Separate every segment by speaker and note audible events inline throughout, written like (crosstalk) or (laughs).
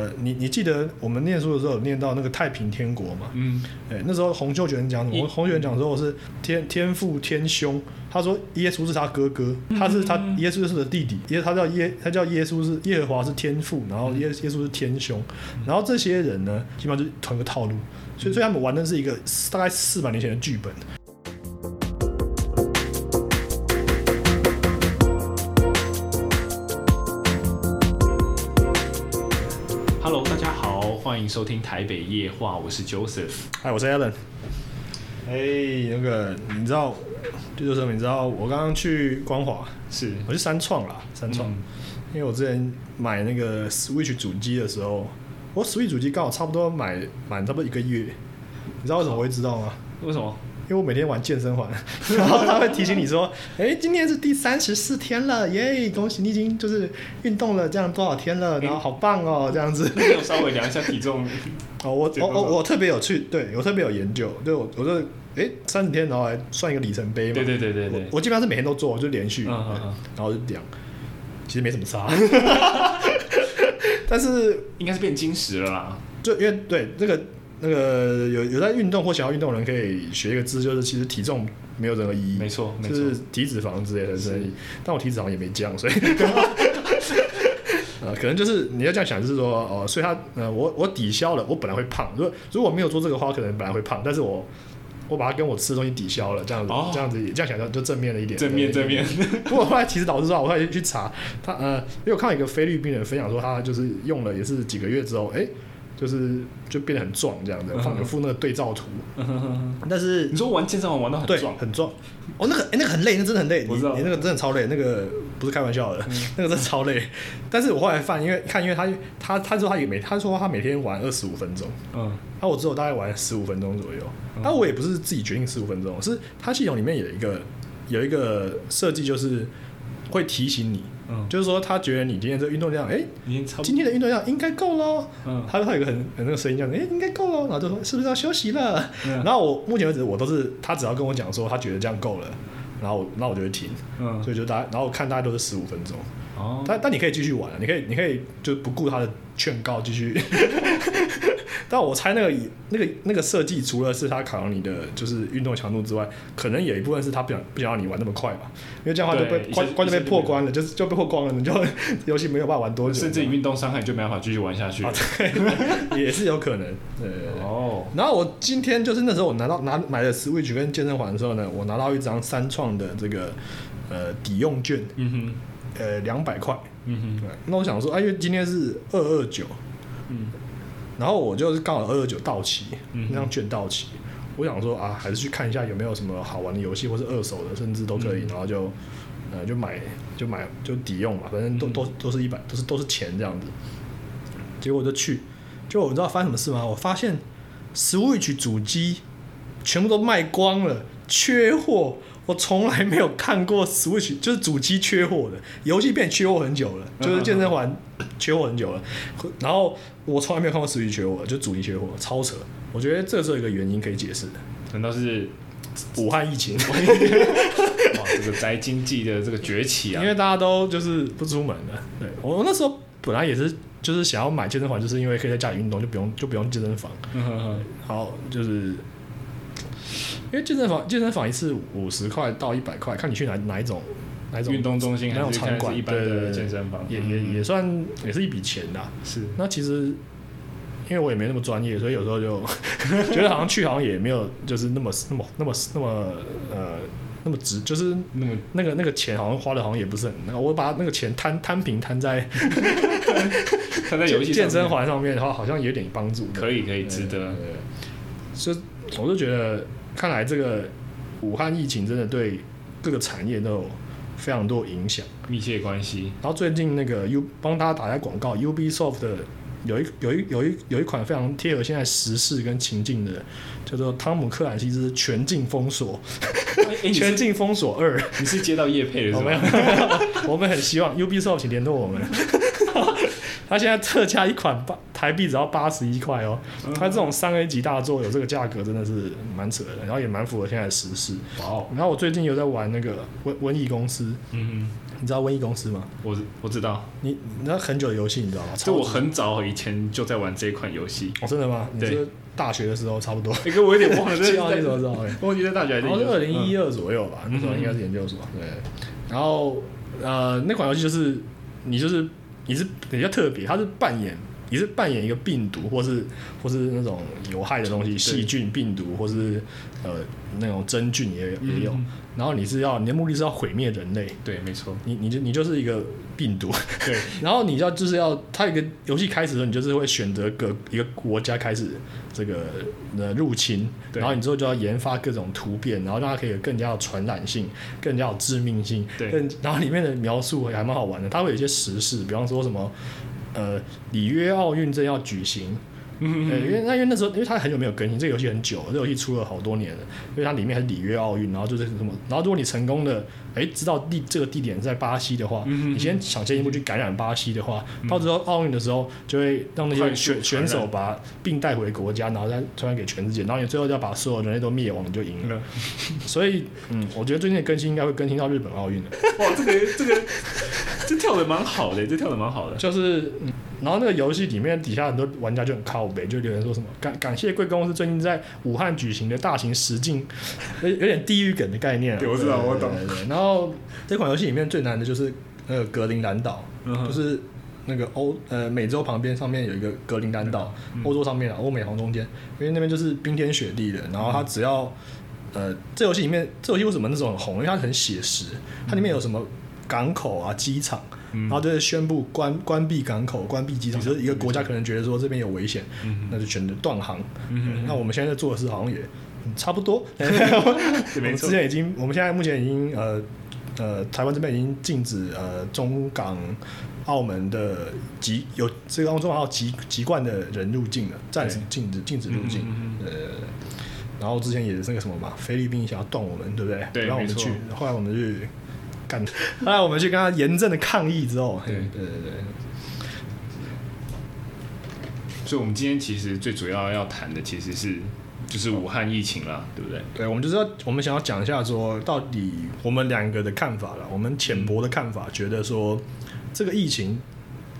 Speaker 1: 呃，你你记得我们念书的时候有念到那个太平天国嘛？
Speaker 2: 嗯，
Speaker 1: 哎，那时候洪秀全讲什
Speaker 2: 一
Speaker 1: 么？洪秀全讲说我是天天父天兄，他说耶稣是他哥哥，他是他耶稣是的弟弟，耶他叫耶他叫耶稣是耶和华是天父，然后耶耶稣是天兄，然后这些人呢，基本上就是同一个套路，所以所以他们玩的是一个大概四百年前的剧本。
Speaker 2: Hello，大家好，欢迎收听台北夜话，我是 Joseph。
Speaker 1: 嗨，我是 Alan。哎、那个你知道，就是什么？你知道我刚刚去光华，
Speaker 2: 是，
Speaker 1: 我去三创啦，三创。
Speaker 2: 嗯
Speaker 1: 因为我之前买那个 Switch 主机的时候，我 Switch 主机刚好差不多买满差不多一个月，你知道为什么我会知道吗？
Speaker 2: 为什么？
Speaker 1: 因为我每天玩健身环， (laughs) 然后他会提醒你说，哎、今天是第三十四天了，耶，恭喜你已经就是运动了这样多少天了，
Speaker 2: 嗯
Speaker 1: 然后好棒哦，这样子。
Speaker 2: 你有稍微量一下体重？
Speaker 1: 哦，我
Speaker 2: 这
Speaker 1: 我
Speaker 2: 个
Speaker 1: 我我特别有去，对我特别有研究，对我我就哎三十天，然后来算一个里程碑嘛。
Speaker 2: (laughs) 对对对对对
Speaker 1: 我我基本上是每天都做，就连续，
Speaker 2: 嗯嗯嗯
Speaker 1: 然后就量，其实没什么
Speaker 2: (laughs)
Speaker 1: 差，但是
Speaker 2: 应该是变金石了啦。
Speaker 1: 就因为对那个那个有有在运动或想要运动的人可以学一个字，就是其实体重没有任何意义，
Speaker 2: 没错没
Speaker 1: 就
Speaker 2: 错
Speaker 1: 是体脂肪之类的所以但我体脂肪也没降，
Speaker 2: (laughs)
Speaker 1: 所以。呃，可能就是你要这样想，就是说，哦、所以他，呃，我我抵消了，我本来会胖，如果如果没有做这个的话，我可能本来会胖，但是我我把它跟我吃的东西抵消了，这样子，
Speaker 2: 哦
Speaker 1: 这样子也这样想就就正面了一点，
Speaker 2: 正面
Speaker 1: 对
Speaker 2: 正面。
Speaker 1: (laughs) 不过后来其实老实说，我后来去查他，呃，因为我看到一个菲律宾人分享说，他就是用了也是几个月之后，哎、就是就变得很壮这样子，
Speaker 2: 嗯
Speaker 1: 放有附那个对照图，
Speaker 2: 嗯哼哼哼
Speaker 1: 但是
Speaker 2: 你说玩健身环玩到很
Speaker 1: 对
Speaker 2: 壮，啊
Speaker 1: 很壮，哦，那个、哎那个很累，那真的很累，你
Speaker 2: 我知道嗯
Speaker 1: 你那个真的超累，那个不是开玩笑的， (laughs) 那个真的超累。但是我后来发现，因为看，因为他他他说他也每他说他每天玩二十五分钟，
Speaker 2: 嗯，
Speaker 1: 那、啊我只有大概玩十五分钟左右。
Speaker 2: 嗯
Speaker 1: 那、我也不是自己决定十五分钟，是它系统里面有一个有一个设计，就是会提醒你，
Speaker 2: 嗯
Speaker 1: 就是说他觉得你今天这运动量，哎、
Speaker 2: 已经超
Speaker 1: 今天的运动量应该够喽。
Speaker 2: 嗯
Speaker 1: 他他有一个很很那个声音，这样，哎、应该够喽。然后就说是不是要休息了？
Speaker 2: 嗯
Speaker 1: 然后我目前为止我都是他只要跟我讲说他觉得这样够了，然后我那我就会停，
Speaker 2: 嗯
Speaker 1: 所以就大家然后我看大家都是十五分钟。
Speaker 2: 哦，
Speaker 1: 但但你可以继续玩啊，你可以你可以就不顾他的劝告继续。 (laughs) 但我猜那个那个那个设计，除了是他考量你的就是运动强度之外，可能有一部分是他不想不想让你玩那么快吧，因为这样的话就
Speaker 2: 对
Speaker 1: 被
Speaker 2: 一些
Speaker 1: 关关就被
Speaker 2: 一些
Speaker 1: 破关了，就是就被破光了，你就 (laughs) 游戏没有办法玩多久，
Speaker 2: 甚至你运动伤害你就没办法继续玩下去
Speaker 1: 啊。 (laughs) 对，也是有可能。对对对
Speaker 2: 哦，
Speaker 1: 然后我今天就是那时候我拿到拿买了 Switch 跟健身环的时候呢，我拿到一张三创的这个呃抵用券，
Speaker 2: 嗯哼，
Speaker 1: 呃两百块，
Speaker 2: 嗯
Speaker 1: 对，那我想说，啊，因为今天是二二九，
Speaker 2: 哼，嗯，
Speaker 1: 然后我就是刚好二二九到期，
Speaker 2: 嗯
Speaker 1: 那张券到期，我想说啊，还是去看一下有没有什么好玩的游戏，或是二手的，甚至都可以，
Speaker 2: 嗯
Speaker 1: 然后就呃就买就买就抵用嘛，反正都
Speaker 2: 嗯
Speaker 1: 都都是一百，都是都是钱这样子。结果我就去，就我知道发生什么事吗？我发现 Switch 主机全部都卖光了，缺货。我从来没有看过 Switch 就是主机缺货的，游戏变缺货很久了，就是健身环 (coughs) 缺货很久了。然后我从来没有看过 Switch 缺货，就主机缺货，超扯。我觉得这是有一个原因可以解释的，
Speaker 2: 难道是
Speaker 1: 武汉疫情，
Speaker 2: 哇这个宅经济的这个崛起啊
Speaker 1: 因？为大家都就是不出门了。对我我那时候本来也是就是想要买健身环，就是因为可以在家里运动，就不用就不用健身房。
Speaker 2: 嗯哼哼
Speaker 1: 好，就是因为健身房健身房一次五十块到一百块，看你去哪哪一种哪一种
Speaker 2: 运动中心
Speaker 1: 哪
Speaker 2: 还
Speaker 1: 种
Speaker 2: 是
Speaker 1: 场
Speaker 2: 看
Speaker 1: 馆
Speaker 2: 是一般
Speaker 1: 对对
Speaker 2: 的
Speaker 1: 对
Speaker 2: 健身房，
Speaker 1: 也
Speaker 2: 嗯
Speaker 1: 也也算也是一笔钱啦。
Speaker 2: 是
Speaker 1: 那其实因为我也没那么专业，所以有时候就 (laughs) 觉得好像去好像也没有就是那么那么那么那么呃那么值，就是
Speaker 2: 那 (laughs) 么
Speaker 1: 那个那个钱好像花的好像也不是很那个，我把那个钱摊摊平摊在
Speaker 2: 他在游戏
Speaker 1: 健身
Speaker 2: 环
Speaker 1: 环上面的话，好像有点帮助。
Speaker 2: 可以可以值
Speaker 1: 对
Speaker 2: 得，
Speaker 1: 对所以我就觉得，看来这个武汉疫情真的对各个产业都有非常多影响。
Speaker 2: 密切关系。
Speaker 1: 然后最近那个 U 帮大家打一下广告，Ubisoft 的有一有一有一有一款非常贴合现在时事跟情境的，叫做《汤姆克兰西之全境封锁》
Speaker 2: 哎，哎
Speaker 1: 《
Speaker 2: 你
Speaker 1: 全
Speaker 2: 是
Speaker 1: 境封锁二》
Speaker 2: 你是接到叶配的
Speaker 1: 我
Speaker 2: 是
Speaker 1: 们
Speaker 2: 吗？
Speaker 1: 我们很希望 Ubisoft 请联络我们。 (laughs) 他现在特价一款八台币只要八十一块哦，
Speaker 2: 嗯
Speaker 1: 他这种三 A 级大作有这个价格真的是蛮扯的，然后也蛮符合现在的时事。
Speaker 2: 哇哦，
Speaker 1: 然后我最近有在玩那个瘟瘟疫公司，
Speaker 2: 嗯
Speaker 1: 你知道瘟疫公司吗？
Speaker 2: 我我知道，
Speaker 1: 你你知道很久的游戏你知道吗？
Speaker 2: 这
Speaker 1: 超
Speaker 2: 我
Speaker 1: 级
Speaker 2: 很早以前就在玩这一款游戏，
Speaker 1: 哦真的吗？你
Speaker 2: 对
Speaker 1: 是大学的时候差不多，
Speaker 2: (laughs) 那哎个我有点忘了，哦这
Speaker 1: 记
Speaker 2: 是
Speaker 1: 到那时候
Speaker 2: 在
Speaker 1: 知道哎。
Speaker 2: 忘记在大学还是
Speaker 1: 然后是
Speaker 2: 研究
Speaker 1: 二
Speaker 2: 所
Speaker 1: 零一
Speaker 2: 嗯
Speaker 1: 二左右吧，那时候应该是研究所。对，然后呃，那款游戏就是你就是你是比较特别，它是扮演你是扮演一个病毒，或是或是那种有害的东西，细菌、病毒，或是呃那种真菌也有也有
Speaker 2: 嗯。
Speaker 1: 然后你是要你的目的是要毁灭人类，
Speaker 2: 对，没错，
Speaker 1: 你你就你就是一个病毒，
Speaker 2: 对，
Speaker 1: 然后你要就是要，它有一个游戏开始的时候，你就是会选择个一个国家开始这个呃入侵，
Speaker 2: 对
Speaker 1: 然后你之后就要研发各种突变，然后让它可以有更加有传染性，更加有致命性。
Speaker 2: 对
Speaker 1: 更然后里面的描述还蛮好玩的，它会有一些时事，比方说什么呃里约奥运正要举行，
Speaker 2: 嗯
Speaker 1: 对，因
Speaker 2: 嗯
Speaker 1: 为那因为那时候，因为它很久没有更新，这个游戏很久了，这个游戏出了好多年了。因为它里面还是里约奥运，然后就是什么，然后如果你成功的，哎，知道地这个地点在巴西的话，
Speaker 2: 嗯嗯嗯嗯
Speaker 1: 你先抢先一步去感染巴西的话，到时候奥运的时候就会让那些
Speaker 2: 快速
Speaker 1: 选
Speaker 2: 传
Speaker 1: 选
Speaker 2: 染
Speaker 1: 手把病带回国家，然后再传染给全世界，然后你最后就要把所有人类都灭亡，你就赢了。
Speaker 2: 嗯
Speaker 1: (laughs) 所以，嗯，我觉得最近的更新应该会更新到日本奥运的，
Speaker 2: (laughs) 哇，这个这个这跳的蛮好的，这跳的蛮好的，
Speaker 1: 就是。嗯然后那个游戏里面底下很多玩家就很靠北，就留言说什么感感谢贵公司最近在武汉举行的大型实境，有有点地狱梗的概念啊、
Speaker 2: 对我知道
Speaker 1: 对
Speaker 2: 我懂
Speaker 1: 对对对然后这款游戏里面最难的就是那个格陵兰岛，
Speaker 2: 嗯哼
Speaker 1: 就是那个欧呃美洲旁边上面有一个格陵兰岛，
Speaker 2: 嗯
Speaker 1: 欧、洲上面啊，欧美好像中间，因为那边就是冰天雪地的，然
Speaker 2: 嗯
Speaker 1: 后它只要呃，这游戏里面，这游戏为什么那时候很红？因为它很写实，它里面有什么港口啊、机场，
Speaker 2: 嗯
Speaker 1: 然后就是宣布关关闭港口、关闭机场，就是一个国家可能觉得说这边有危险，
Speaker 2: 嗯
Speaker 1: 那就选择断航。
Speaker 2: 嗯
Speaker 1: 那我们现在在做的事好像也、嗯差不
Speaker 2: (laughs)
Speaker 1: 多。我
Speaker 2: 对
Speaker 1: 们
Speaker 2: 没
Speaker 1: 之
Speaker 2: 错
Speaker 1: 前已经，我们现在目前已经呃呃，台湾这边已经禁止呃中港、澳门的籍有这个中港澳籍籍贯的人入境了，暂时
Speaker 2: 对
Speaker 1: 禁止禁止入境。
Speaker 2: 嗯嗯
Speaker 1: 呃，然后之前也是那个什么嘛，菲律宾想要断我们，对不对？
Speaker 2: 对
Speaker 1: 不让我们
Speaker 2: 没错
Speaker 1: 去，后来我们去干， (laughs) 后来我们去跟他严正的抗议之后，
Speaker 2: 对
Speaker 1: 对对对，
Speaker 2: 所以我们今天其实最主要要谈的其实是就是武汉疫情啦，对不对？
Speaker 1: 对我们就是要我们想要讲一下说，到底我们两个的看法了，我们浅薄的看法，觉得说这个疫情。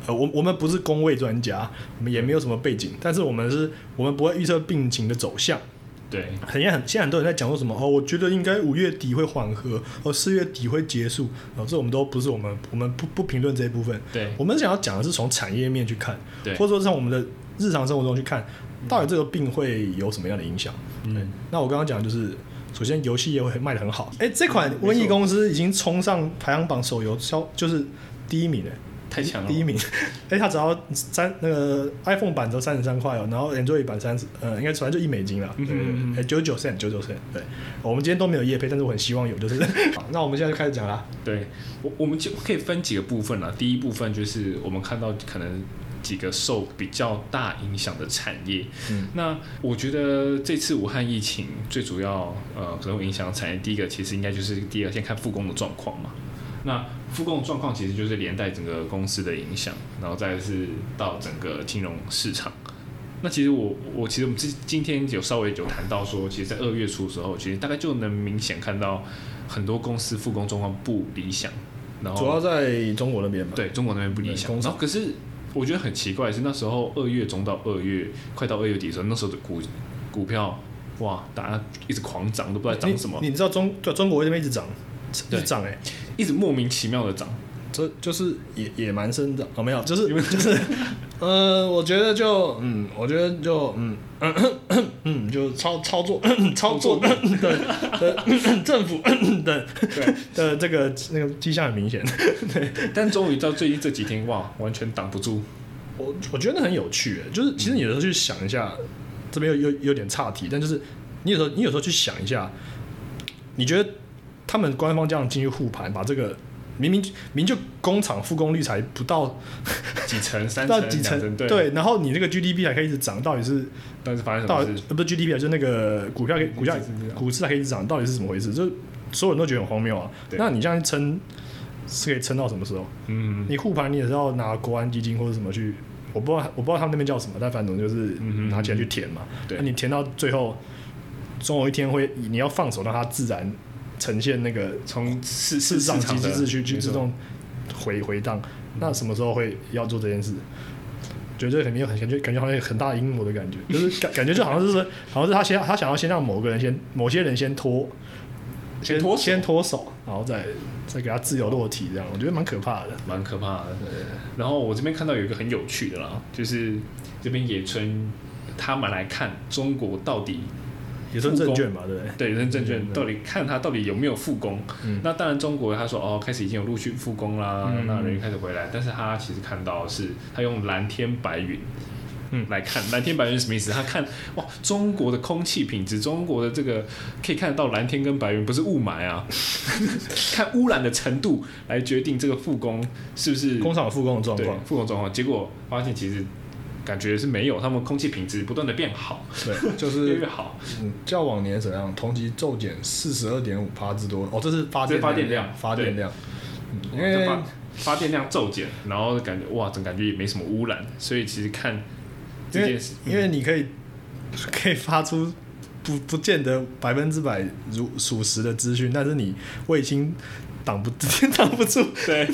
Speaker 1: 呃，我我们不是工位专家，我们也没有什么背景，但是我们是，我们不会预测病情的走向，
Speaker 2: 对，
Speaker 1: 很现在很现在很多人在讲说什么哦，我觉得应该五月底会缓和，哦四月底会结束，哦这我们都不是我们我们不不评论这一部分，
Speaker 2: 对
Speaker 1: 我们想要讲的是从产业面去看，
Speaker 2: 对
Speaker 1: 或者说从我们的日常生活中去看，到底这个病会有什么样的影响？
Speaker 2: 嗯，
Speaker 1: 那我刚刚讲的就是，首先游戏业会卖的很好，哎、这款瘟疫公司已经冲上排行榜手游销就是第一名了。
Speaker 2: 太强了，
Speaker 1: 第一， (laughs) 名，哎、它只要三那个 iPhone 版只要三十三块哦，然后 Android 版三十，呃，应该反正就一美金了，
Speaker 2: 嗯
Speaker 1: 对
Speaker 2: 嗯嗯
Speaker 1: 对，哎九九 cent 九九 cent，对，哦我们今天都没有夜配，但是我很希望有，就是 (laughs) 好，那我们现在就开始讲啦，
Speaker 2: 对我我们就可以分几个部分啦。第一部分就是我们看到可能几个受比较大影响的产业，
Speaker 1: 嗯，
Speaker 2: 那我觉得这次武汉疫情最主要呃可能会影响产业，第一个其实应该就是第二，先看复工的状况嘛。那复工的状况其实就是连带整个公司的影响，然后再是到整个金融市场。那其实我我其实我们今今天有稍微有谈到说，其实，在二月初的时候，其实大概就能明显看到很多公司复工状况不理想，然后
Speaker 1: 主要在中国那边嘛，，
Speaker 2: 对中国那边不理想。
Speaker 1: 对工
Speaker 2: 然
Speaker 1: 厂
Speaker 2: 后可是我觉得很奇怪的是那时候二月中到二月快到二月底的时候，那时候的股股票哇，大家一直狂涨，都不知道涨什么
Speaker 1: 你，你知道中对中国这边一直涨，一
Speaker 2: 对
Speaker 1: 直涨哎、
Speaker 2: 一直莫名其妙的涨。
Speaker 1: 这就是野野蛮生长哦，没有，就是就是，呃，我觉得就嗯，我觉得就嗯咳咳咳嗯，就操操作咳咳操作的 (laughs) 的的咳咳政府咳咳的
Speaker 2: 对，
Speaker 1: 的这个那个迹象很明显。
Speaker 2: 但终于到最近这几天哇，完全挡不住。
Speaker 1: 我我觉得很有趣，欸就是其实你有时候去想一下，这边有有有点岔题，但就是你有时候你有时候去想一下，你觉得他们官方这样进去护盘，把这个明明明就工厂复工率才不到
Speaker 2: 几层、三
Speaker 1: 到
Speaker 2: 层、
Speaker 1: 几
Speaker 2: 两
Speaker 1: 成，
Speaker 2: 对，
Speaker 1: 对，然后你这个 GDP 还可以一直涨，到底是
Speaker 2: 但是发嗯生什
Speaker 1: 到
Speaker 2: 么
Speaker 1: 底
Speaker 2: 事？
Speaker 1: 呃不是 GDP 啊，就是那个股票可以股价
Speaker 2: 是是是
Speaker 1: 股市还可以一直涨，到底是怎么回事？就是所有人都觉得很荒谬啊。
Speaker 2: 对
Speaker 1: 那你这样撑是可以撑到什么时候？
Speaker 2: 嗯，
Speaker 1: 你护盘你也是要拿国安基金或者什么去，我不知道我不知道他们那边叫什么，但反正就是
Speaker 2: 嗯哼
Speaker 1: 拿钱去填嘛。
Speaker 2: 对
Speaker 1: 那你填到最后，总有一天会你要放手让它自然呈现那个
Speaker 2: 从市
Speaker 1: 嗯市
Speaker 2: 市
Speaker 1: 场
Speaker 2: 场
Speaker 1: 及
Speaker 2: 的
Speaker 1: 机制去去
Speaker 2: 没错
Speaker 1: 自动回回荡。那什么时候会要做这件事？觉得这肯定有很感觉，感觉好像有很大的阴谋的感觉，就是感感觉就好像是好像是他先他想要先让某个人先某些人先脱，
Speaker 2: 先脱手
Speaker 1: 先脱手，然后再再给他自由落体这样，我觉得蛮可怕的。
Speaker 2: 蛮可怕的。然后我这边看到有一个很有趣的啦，就是这边野村他们来看中国到底
Speaker 1: 也算
Speaker 2: 复
Speaker 1: 证
Speaker 2: 工
Speaker 1: 券嘛，对不对？
Speaker 2: 对人证券
Speaker 1: 嗯
Speaker 2: 到底看他到底有没有复工。
Speaker 1: 嗯
Speaker 2: 那当然，中国他说哦，开始已经有陆续复工啦，
Speaker 1: 嗯
Speaker 2: 那人也开始回来，但是他其实看到的是他用蓝天白云。
Speaker 1: 嗯
Speaker 2: 来看蓝天白云是什么意思？他看哇，中国的空气品质，中国的这个可以看得到蓝天跟白云，不是雾霾啊。 (laughs) 看污染的程度来决定这个复工是不是
Speaker 1: 工厂有复工的状
Speaker 2: 对
Speaker 1: 况，
Speaker 2: 复工状况。结果发现其实感觉是没有，他们空气品质不断的变好，
Speaker 1: 对， (laughs) 就
Speaker 2: 越来越
Speaker 1: 是
Speaker 2: 好。
Speaker 1: 嗯，较往年怎样，同期骤减四十二点五帕之多。哦，这是发
Speaker 2: 这
Speaker 1: 电
Speaker 2: 是发电量
Speaker 1: 发
Speaker 2: 对哦
Speaker 1: 电量，嗯因
Speaker 2: 这
Speaker 1: 为
Speaker 2: 发发电量骤减，然后感觉哇，整感觉也没什么污染，所以其实看
Speaker 1: 因
Speaker 2: 这
Speaker 1: 为
Speaker 2: 件事，嗯
Speaker 1: 因为你可以可以发出不不见得百分之百如属实的资讯，但是你卫星挡不 (laughs) 挡不住。
Speaker 2: 对
Speaker 1: 因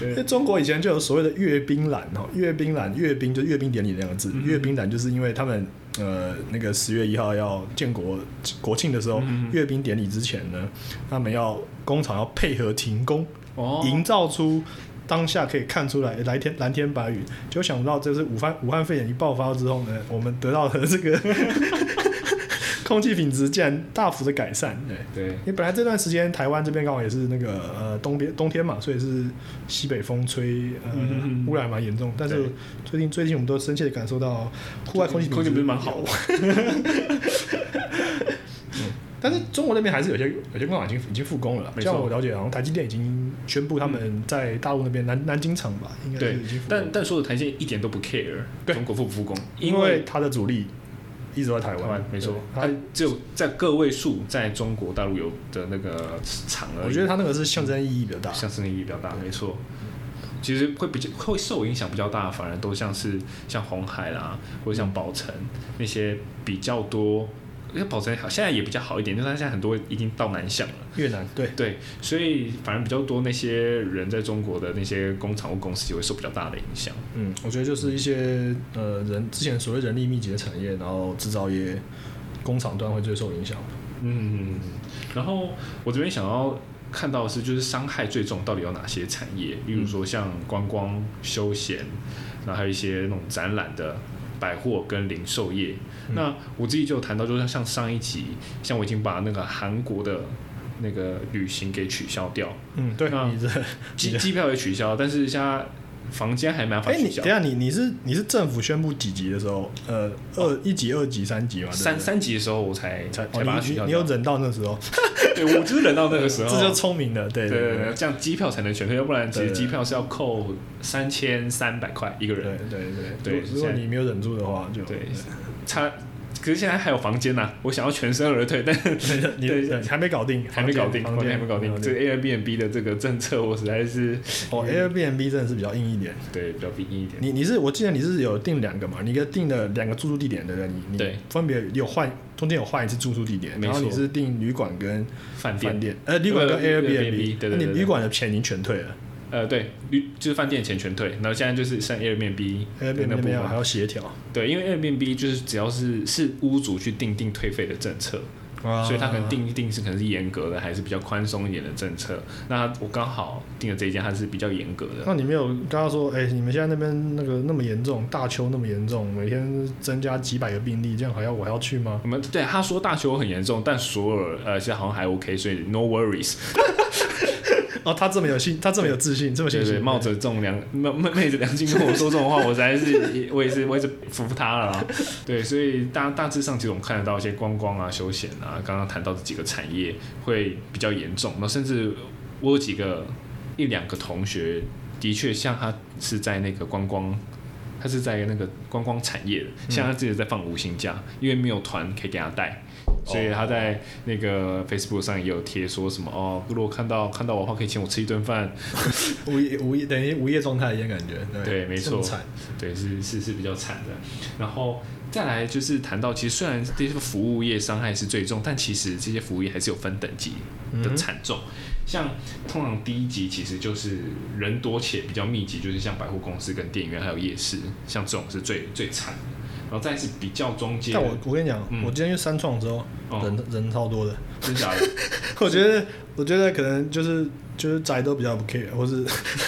Speaker 2: 对
Speaker 1: 为中国以前就有所谓的阅兵栏哦，阅兵栏阅兵就阅兵典礼两个字，
Speaker 2: 嗯哼
Speaker 1: 阅兵栏就是因为他们呃那个十月一号要建国国庆的时候
Speaker 2: 嗯，哼
Speaker 1: 阅兵典礼之前呢，他们要工厂要配合停工，
Speaker 2: 哦，
Speaker 1: 营造出当下可以看出来蓝天蓝天白云，就想不到这是武汉武汉肺炎一爆发之后呢，我们得到的这个 (laughs) 空气品质竟然大幅的改善。对，
Speaker 2: 对
Speaker 1: 因为本来这段时间台湾这边刚好也是那个呃冬边冬天嘛，所以是西北风吹，呃、
Speaker 2: 嗯嗯嗯
Speaker 1: 污染蛮严重。但是
Speaker 2: 对
Speaker 1: 最近最近我们都深切的感受到户外空气品质
Speaker 2: 空气不是蛮好
Speaker 1: 有但是中国那边还是有些有些工厂已经已经复工了啦，
Speaker 2: 没错嗯
Speaker 1: 像我了解，好像台积电已经宣布他们在大陆那边南南京厂吧，应该
Speaker 2: 对
Speaker 1: 是已经，复工
Speaker 2: 但但说的台积电一点都不 care
Speaker 1: 对
Speaker 2: 中国复不复工，
Speaker 1: 因
Speaker 2: 因
Speaker 1: 为
Speaker 2: 为
Speaker 1: 它的主力一直在台
Speaker 2: 台
Speaker 1: 湾
Speaker 2: 湾，没错
Speaker 1: 对，
Speaker 2: 它
Speaker 1: 它
Speaker 2: 只有在个位数在中国大陆有的那个厂而已。
Speaker 1: 我觉得它那个是象征意义比较大，
Speaker 2: 像是那意义比较大，没错。其实会比较会受影响比较大，反而都像是像红海啦，或者
Speaker 1: 嗯
Speaker 2: 像宝城那些比较多。因为宝城好，现在也比较好一点，就是它现在很多已经到南向了，
Speaker 1: 越南对，
Speaker 2: 对，所以反而比较多那些人在中国的那些工厂或公司也会受比较大的影响。
Speaker 1: 嗯，我觉得就是一些呃人之前所谓人力密集的产业，然后制造业工厂端会最受影响。
Speaker 2: 嗯，然后我这边想要看到的是，就是伤害最重到底有哪些产业？例如说像观光、休闲，然后还有一些那种展览的百货跟零售
Speaker 1: 嗯
Speaker 2: 业。那我自己就有谈到，就是像上一集，像我已经把那个韩国的那个旅行给取消掉，
Speaker 1: 嗯，对，
Speaker 2: 那
Speaker 1: 你这
Speaker 2: 机
Speaker 1: 你的
Speaker 2: 机票也取消，但是现在房间还没办法
Speaker 1: 哎，你
Speaker 2: 取消
Speaker 1: 等一。下你你是你是政府宣布几级的时候，呃，二一级、二级、三级嘛？对不对
Speaker 2: 哦三三级的时候我才
Speaker 1: 才
Speaker 2: 才
Speaker 1: 哦
Speaker 2: 把它
Speaker 1: 你
Speaker 2: 取
Speaker 1: 你
Speaker 2: 消
Speaker 1: 你有
Speaker 2: 掉，
Speaker 1: 忍到那时候，
Speaker 2: 对我就是忍到那个时候，
Speaker 1: 这就聪明了，对
Speaker 2: 对
Speaker 1: 对
Speaker 2: 对对，这样机票才能选退，要不然其实机票是要扣三千三百块一个
Speaker 1: 对
Speaker 2: 人。
Speaker 1: 对
Speaker 2: 对
Speaker 1: 对，如如果
Speaker 2: 现在
Speaker 1: 你没有忍住的话，就
Speaker 2: 对，差。可是现在还有房间呐、啊我想要全身而退，但是
Speaker 1: 对 (laughs) 你
Speaker 2: 对
Speaker 1: 对你还没搞定，
Speaker 2: 还没搞定，
Speaker 1: 房
Speaker 2: 房间
Speaker 1: 间
Speaker 2: 还没搞定。这 Airbnb 的这个政策，我实在是
Speaker 1: 哦，Airbnb 真的是比较硬一点。
Speaker 2: 对比较逼硬一点。
Speaker 1: 你你是我记得你是有定两个嘛？你给定了两个住宿地点，对不对？你你
Speaker 2: 对
Speaker 1: 分别有换，中间有换一次住宿地点，
Speaker 2: 没
Speaker 1: 然后你
Speaker 2: 错
Speaker 1: 是定旅馆跟
Speaker 2: 饭店，
Speaker 1: 饭店，呃，旅馆跟
Speaker 2: 呃
Speaker 1: Airbnb，
Speaker 2: Airbnb，对对
Speaker 1: 那你
Speaker 2: 对对
Speaker 1: 旅馆的钱已经全退了
Speaker 2: 呃，对，旅就是饭店钱全退，然后现在就是剩 Airbnb
Speaker 1: ，Airbnb
Speaker 2: 那
Speaker 1: 那
Speaker 2: 部
Speaker 1: 边还
Speaker 2: 分。
Speaker 1: 要协调，
Speaker 2: 对，因为 Airbnb 就是只要是是屋主去定定退费的政策，所以他可能定一定是可能是严格的，还是比较宽松一点的政策。那我刚好定的这一间，它是比较严格的。
Speaker 1: 那你没有跟他说，哎、你们现在那边那个那么严重，大邱那么严重，每天增加几百个病例，这样还要我还要去吗？
Speaker 2: 我们对他说大修很严重，但索尔呃现在好像还 OK，所以 no worries。
Speaker 1: (laughs) 哦，他这么有信，他这么有自信，这么
Speaker 2: 对
Speaker 1: 信
Speaker 2: 对，
Speaker 1: 心，
Speaker 2: 冒着这种良昧昧昧着良心跟我说这种话，我实在是我也是我也是服他了啦。啊对，所以大大致上其实我们看得到一些观光啊、休闲啊，刚刚谈到的几个产业会比较严重，那甚至我有几个一两个同学，的确像他是在那个观光。他是在那个观光产业的，像他自己在放五星假，因为没有团可以给他带，所以他在那个 Facebook 上也有贴说什么哦，如果看到看到我的话，可以请我吃一顿饭。
Speaker 1: 无业无业等于无业状态一样感觉，对
Speaker 2: 对没错
Speaker 1: 这么惨
Speaker 2: 对，是是是比较惨的。然后再来就是谈到，其实虽然这些服务业伤害是最重，但其实这些服务业还是有分等级
Speaker 1: 嗯
Speaker 2: 的惨重。像通常第一级其实就是人多且比较密集，就是像百货公司跟店员还有夜市，像这种是最最惨的。然后再是比较中间，
Speaker 1: 但我我跟你讲，
Speaker 2: 嗯
Speaker 1: 我今天去三创的时候，
Speaker 2: 哦
Speaker 1: 人人超多的。 (laughs)
Speaker 2: 真假的，
Speaker 1: 我觉得，我觉得可能就是就是宅都比较不 care，或是 (laughs)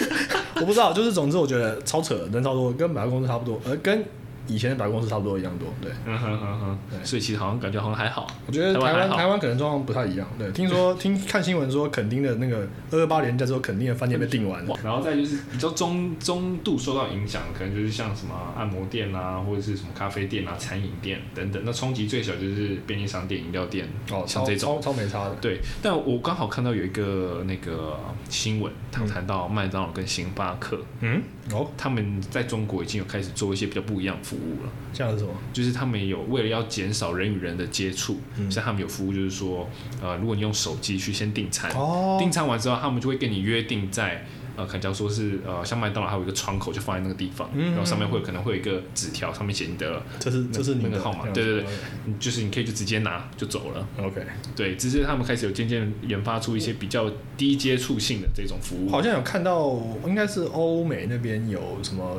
Speaker 1: 我不知道，就是总之我觉得超扯，人超多，跟百货公司差不多，呃，跟以前的百货公司差不多一样多。对，
Speaker 2: 嗯哼哼哼，
Speaker 1: (laughs) 对
Speaker 2: 所以其实好像感觉好像还好。
Speaker 1: 我觉得台
Speaker 2: 台湾还
Speaker 1: 湾
Speaker 2: 好
Speaker 1: 台湾可能状况不太一样。对，听
Speaker 2: (laughs)
Speaker 1: 说听看新闻说，垦丁的那个二二八连假之后，垦丁的饭店被订完了。
Speaker 2: 然后再就是比较中中度受到影响，可能就是像什么按摩店啊，或者是什么咖啡店啊、餐饮店等等。那冲击最小就是便利商店、饮料店，
Speaker 1: 哦，
Speaker 2: 像
Speaker 1: 超
Speaker 2: 这种。
Speaker 1: 超超没差的。
Speaker 2: 对，但我刚好看到有一个那个新闻，他
Speaker 1: 嗯
Speaker 2: 谈到麦当劳跟星巴克，
Speaker 1: 嗯，哦，
Speaker 2: 他们在中国已经有开始做一些比较不一样的服务了。
Speaker 1: 这样是什么？
Speaker 2: 就是他们有为了要减少人与人的接触，
Speaker 1: 嗯
Speaker 2: 像他们有服务，就是说，呃，如果你用手机去先订餐，
Speaker 1: 哦
Speaker 2: 订餐完之后，他们就会跟你约定在。呃，可能假如说是呃，像麦当劳还有一个窗口，就放在那个地方，
Speaker 1: 嗯
Speaker 2: 然后上面会有可能会有一个纸条，上面写你的，
Speaker 1: 这是这是你
Speaker 2: 那
Speaker 1: 的
Speaker 2: 个号码，
Speaker 1: 这样
Speaker 2: 对对对，你就是你可以就直接拿就走了，
Speaker 1: ，OK。
Speaker 2: 对，只是他们开始有渐渐研发出一些比较低接触性的这种服务，
Speaker 1: 好像有看到，应该是欧美那边有什么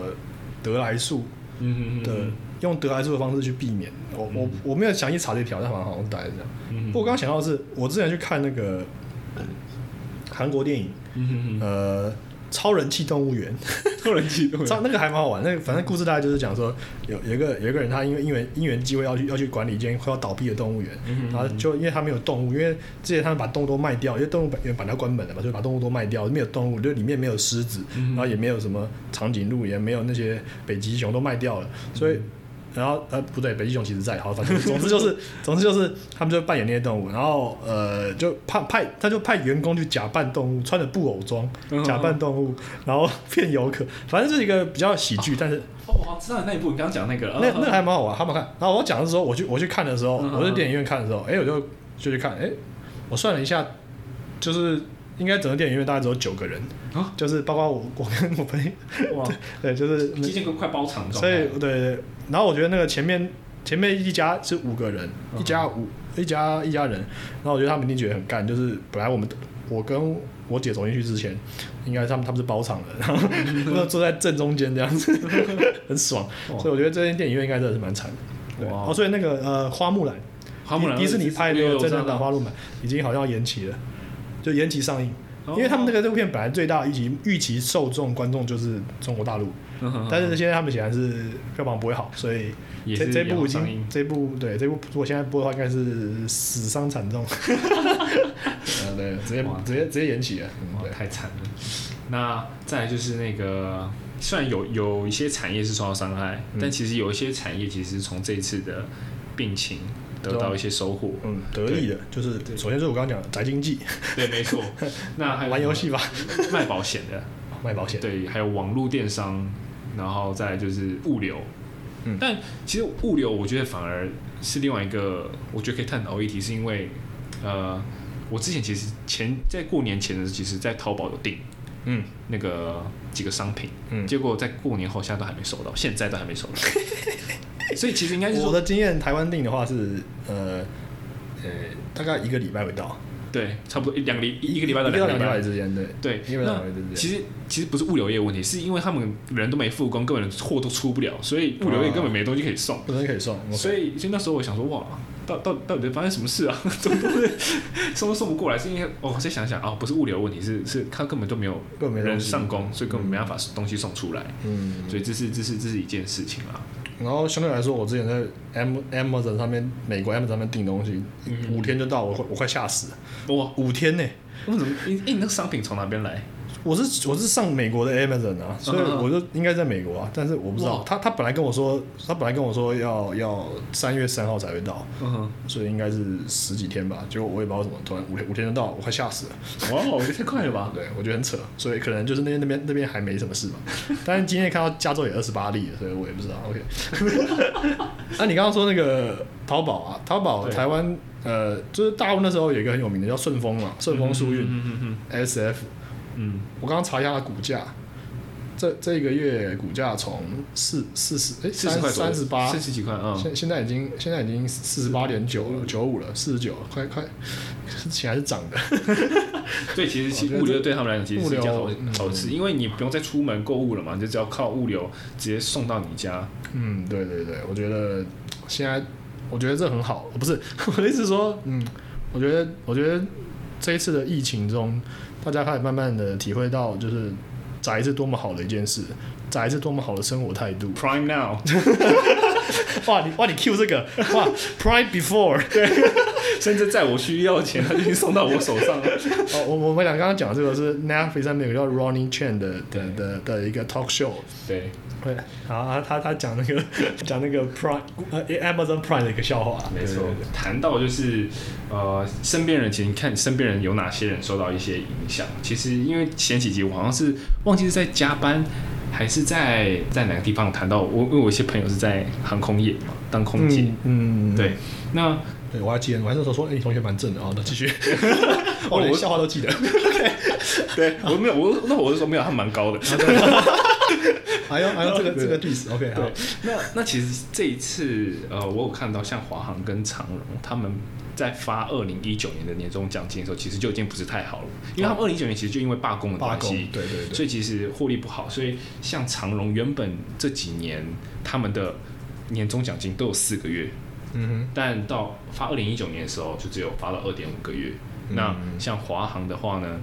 Speaker 1: 得来速
Speaker 2: 嗯嗯嗯
Speaker 1: 的，
Speaker 2: 嗯
Speaker 1: 用得来速的方式去避免。我我我没有详细查这条，但好像好像是大概是这样。
Speaker 2: 嗯
Speaker 1: 不过我刚刚想到的是，我之前去看那个嗯韩国电影，
Speaker 2: 嗯嗯
Speaker 1: 呃，《超人气动物园》 (laughs)
Speaker 2: 嗯，突然激动了，
Speaker 1: 超那个还蛮好玩。那个反正故事大概就是讲说，有有一个有一个人，他因为因为因缘机会要去要去管理一间快要倒闭的动物园，
Speaker 2: 嗯
Speaker 1: 然后就因为他没有动物，因为之前他们把动物都卖掉，因为动物园本来要关门的嘛，就把动物都卖掉，没有动物，就里面没有狮子，
Speaker 2: 嗯
Speaker 1: 然后也没有什么长颈鹿，也没有那些北极熊都卖掉了，所
Speaker 2: 嗯
Speaker 1: 以。然后呃不对，北极熊其实在，好，反正总之
Speaker 2: (laughs)
Speaker 1: 就是总之就是他们就扮演那些动物，然后呃就派派他就派员工去假扮动物，穿着布偶装
Speaker 2: 嗯
Speaker 1: 假扮动物，然后骗游客，反正是一个比较喜剧，但是
Speaker 2: 哦，我好像知道那一部，你刚刚讲那个，
Speaker 1: 那
Speaker 2: 呃
Speaker 1: 那还蛮好玩，还蛮好看。然后我讲的时候，我去我去看的时候，
Speaker 2: 嗯嗯嗯
Speaker 1: 我去电影院看的时候，哎、我就就去看，哎、我算了一下，就是应该整个电影院大概只有九个人，
Speaker 2: 啊
Speaker 1: 就是包括我我跟我朋友，
Speaker 2: 哇，
Speaker 1: 对，就是
Speaker 2: 基建快包场的状
Speaker 1: 所以对
Speaker 2: 态，
Speaker 1: 对，然后我觉得那个前面前面一家是五个人，
Speaker 2: 嗯
Speaker 1: 一家五一家一家人，然后我觉得他们一定觉得很干，就是本来我们我跟我姐走进去之前，应该他们他们是包场的， (laughs) 然后然后坐在正中间这样子， (laughs) 很爽。
Speaker 2: 哇
Speaker 1: 所以我觉得这间电影院应该真的是蛮惨的。对，
Speaker 2: 哇
Speaker 1: 哦，所以那个呃花木兰，
Speaker 2: 花木兰
Speaker 1: 迪迪士尼拍的
Speaker 2: 对
Speaker 1: 那个
Speaker 2: 我知
Speaker 1: 真
Speaker 2: 道
Speaker 1: 人版花木兰已经好像要延期了，就延期上映。因为他们那个这部片本来最大的预期预期受众观众就是中国大陆，
Speaker 2: 个
Speaker 1: 但是现在他们显然是票房不会好，所以
Speaker 2: 嗯也
Speaker 1: 这
Speaker 2: 是
Speaker 1: 这部已
Speaker 2: 上映
Speaker 1: 经这部对这部如果现在播的话，应该是死伤惨重。呃，对，直接
Speaker 2: 哇
Speaker 1: 直接直接延期了。嗯
Speaker 2: 哇
Speaker 1: 对
Speaker 2: 太惨了。那再来就是那个，虽然有有一些产业是受到伤害，
Speaker 1: 嗯
Speaker 2: 但其实有一些产业其实是从这一次的病情得到一些收获。
Speaker 1: 嗯，得意的就是首先就是我刚刚讲的宅经济，
Speaker 2: (laughs) 对，没错。那还有
Speaker 1: 玩游戏吧，
Speaker 2: 卖保险的，
Speaker 1: 卖保险。
Speaker 2: 对，还有网络电商，然后再来就是物流。
Speaker 1: 嗯
Speaker 2: 但其实物流我觉得反而是另外一个，我觉得可以探讨的议题，是因为呃，我之前其实前在过年前的时候，其实在淘宝有订
Speaker 1: 嗯
Speaker 2: 那个几个商品，
Speaker 1: 嗯，
Speaker 2: 结果在过年后现在都还没收到，现在都还没收到。
Speaker 1: (laughs)
Speaker 2: 所以其实应该是
Speaker 1: 我
Speaker 2: 说，
Speaker 1: 的经验，台湾订的话是呃呃大概一个礼拜会到，
Speaker 2: 对，差不多一两个礼一个礼拜到
Speaker 1: 一个
Speaker 2: 两
Speaker 1: 到两
Speaker 2: 个礼
Speaker 1: 个礼
Speaker 2: 拜
Speaker 1: 拜。之间，对
Speaker 2: 对
Speaker 1: 一，个礼拜到两个礼拜之间。
Speaker 2: 那其实其实不是物流业的问题，是因为他们人都没复工，根本货都出不了，所以物流业根本没东西可以送。
Speaker 1: 本身可以送，
Speaker 2: 所以，所以那时候我想说，哇，到到到底发生什么事啊？怎么都是送都送不过来？是因为哦，我再想想啊、不是物流的问题，是是他根本就没有
Speaker 1: 根本没东西
Speaker 2: 人上工，所以根本没办法东西送出来。
Speaker 1: 嗯，
Speaker 2: 所以这是这是这是一件事情啊啦。
Speaker 1: 然后相对来说，我之前在 M Amazon 上面，美国 Amazon 上面订东西，
Speaker 2: 嗯
Speaker 1: 五天就到，我快我快吓死了，
Speaker 2: 哇，
Speaker 1: 五天呢、
Speaker 2: 我怎么？哎、你那个商品从哪边来？
Speaker 1: 我是我是上美国的 Amazon 啊，所以
Speaker 2: 嗯嗯嗯
Speaker 1: 我就应该在美国啊，但是我不知道
Speaker 2: 哇
Speaker 1: 他他本来跟我说，他本来跟我说要要三月三号才会到，
Speaker 2: 嗯哼。
Speaker 1: 所以应该是十几天吧，结果我也不知道怎么，突然五天五天就到，我快吓死了。
Speaker 2: 哇，我觉得太快了吧！
Speaker 1: 对，我觉得很扯，所以可能就是那边那边那边还没什么事吧。 (laughs) 但是今天看到加州也二十八例了，所以我也不知道。OK，那、你刚刚说那个淘宝啊，淘宝
Speaker 2: 对
Speaker 1: 台湾呃，就是大陆那时候有一个很有名的叫顺丰嘛，顺丰疏运、
Speaker 2: 嗯嗯嗯
Speaker 1: SF，
Speaker 2: 嗯
Speaker 1: 我刚刚查一下它股价，这这一个月股价从四四十哎
Speaker 2: 嗯，四十
Speaker 1: 三
Speaker 2: 块左右
Speaker 1: 三十八
Speaker 2: 四，十几块啊，嗯
Speaker 1: 现现在已经现在已经四十八点九了，九五了，四十九，快快，起来是涨的，
Speaker 2: 对，其实其
Speaker 1: 我觉得
Speaker 2: 物流对他们来讲其实是一件好
Speaker 1: 物流嗯
Speaker 2: 好事，因为你不用再出门购物了嘛，你就只要靠物流直接送到你家。
Speaker 1: 嗯，对对对，我觉得现在我觉得这很好，不是 (laughs) 我的意思是说，嗯，我觉得我觉得这一次的疫情中，大家开始慢慢的体会到，就是宅是多么好的一件事，宅是多么好的生活态度。
Speaker 2: Prime now，
Speaker 1: (laughs) 哇，你哇你 Q 这个 (laughs) 哇 Prime before，
Speaker 2: 甚至在我需要前，他就已经送到我手
Speaker 1: (laughs)
Speaker 2: 上了。
Speaker 1: (laughs) 哦，我我们俩刚刚讲的这个是 Netflix 上面有个叫 Ronnie Chan 的的
Speaker 2: 对
Speaker 1: 的的一个 talk show，
Speaker 2: 对，
Speaker 1: 对，然后他他他讲那个讲那个 Prime 呃 Amazon Prime 的一个笑话，
Speaker 2: 没
Speaker 1: 对
Speaker 2: 错
Speaker 1: 对对。
Speaker 2: 谈到就是呃，身边人，其实你看身边人有哪些人受到一些影响？其实因为前几集我好像是忘记是在加班。还是在在哪个地方谈到我，因为我有一些朋友是在航空业嘛，当空姐。
Speaker 1: 嗯，嗯，
Speaker 2: 对，那
Speaker 1: 对，我还记得，我还那时候说，哎、你同学蛮正的哦，那继 (laughs) 续，哦我连笑话都记得，
Speaker 2: 对我没有我，那我是说没有，他蛮高的。 (laughs)
Speaker 1: 还有还有哎这个
Speaker 2: 对
Speaker 1: 这个 diss，OK，、好
Speaker 2: 对，啊那那其实这一次，呃，我有看到像华航跟长荣他们在发二零一九年的年终奖金的时候，其实就已经不是太好了，因为他们二零一九年其实就因为罢工的
Speaker 1: 哦罢
Speaker 2: 关
Speaker 1: 工
Speaker 2: 系，，
Speaker 1: 对对对，
Speaker 2: 所以其实获利不好，所以像长荣原本这几年他们的年终奖金都有四个月，
Speaker 1: 嗯
Speaker 2: 但到发二零一九年的时候，就只有发了二点五个月。
Speaker 1: 嗯
Speaker 2: 那像华航的话呢，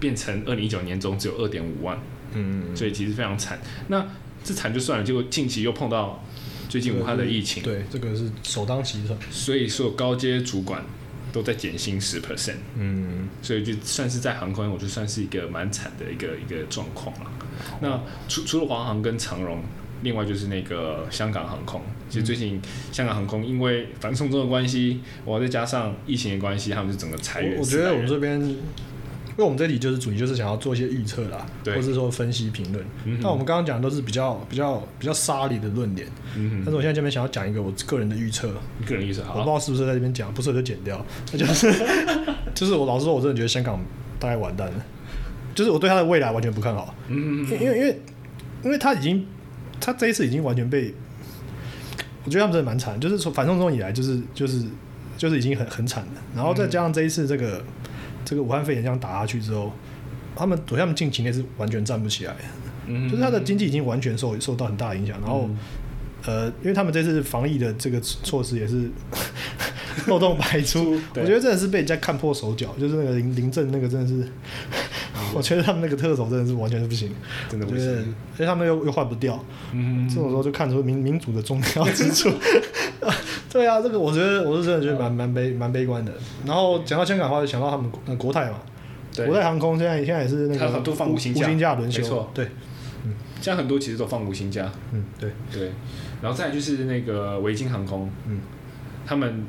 Speaker 2: 变成二零一九年中只有二点五万。
Speaker 1: 哼，嗯，
Speaker 2: 所以其实非常惨。那这惨就算了，结果近期又碰到最近武汉的疫情，
Speaker 1: 对，这个是首当其冲，
Speaker 2: 所以所有高阶主管都在减薪十 percent，
Speaker 1: 嗯，
Speaker 2: 所以就算是在航空业，我就算是一个蛮惨的一个一个状况了。那除除了华航跟长荣。另外就是那个香港航空，其实最
Speaker 1: 嗯
Speaker 2: 近香港航空因为反送中的关系，我再加上疫情的关系，他们就整个裁员。
Speaker 1: 我我觉
Speaker 2: 死裁
Speaker 1: 得我
Speaker 2: 员
Speaker 1: 们这边，因为我们这里就是主题就是想要做一些预测啦，
Speaker 2: 对
Speaker 1: 或是说分析评论，
Speaker 2: 嗯哼
Speaker 1: 那我们刚刚讲的都是比较比较比较沙里的论点，
Speaker 2: 嗯
Speaker 1: 但是我现在这边想要讲一个我个人的预测，
Speaker 2: 哼，个人意识
Speaker 1: 我不知
Speaker 2: 好，
Speaker 1: 道是不是在这边讲，不是我就 (laughs) 剪掉。那就是 (laughs) 就是我老实说，我真的觉得香港大概完蛋了，就是我对它的未来完全不看好，
Speaker 2: 嗯
Speaker 1: 因为因为因为因为他已经他这一次已经完全被，我觉得他们真的蛮惨，就是从反送中以来就是就是就是已经很很惨了，然后
Speaker 2: 嗯
Speaker 1: 再加上这一次这个、这个武汉肺炎这样打下去之后。他们，我觉得他们近期内是完全站不起来的，
Speaker 2: 嗯
Speaker 1: 就是他的经济已经完全受受到很大的影响，然后呃，因为他们这次防疫的这个措施也是 (laughs) 漏洞百出，我
Speaker 2: (laughs) 对
Speaker 1: 觉得真的是被人家看破手脚，就是那个林林郑那个真的是， (laughs) 我觉得他们那个特首真的是完全是不行，
Speaker 2: 真的
Speaker 1: 我
Speaker 2: 不
Speaker 1: 觉得
Speaker 2: 行，，
Speaker 1: 而且他们又又换不掉，
Speaker 2: 嗯
Speaker 1: 这种时候就看出民民主的重要之
Speaker 2: (laughs)
Speaker 1: 处。对啊，这个我觉得我是真的觉得蛮蛮悲蛮悲观的。然后讲到香港的话，就想到他们国呃国泰嘛，
Speaker 2: 对
Speaker 1: 国泰航空现在现在也是那
Speaker 2: 它
Speaker 1: 个
Speaker 2: 很多放
Speaker 1: 无
Speaker 2: 无薪假
Speaker 1: 薪假轮休，
Speaker 2: 没错
Speaker 1: 对，
Speaker 2: 像很多其实都放无薪假，
Speaker 1: 嗯对，
Speaker 2: 对，然后再来就是那个维京航空，
Speaker 1: 嗯，
Speaker 2: 他们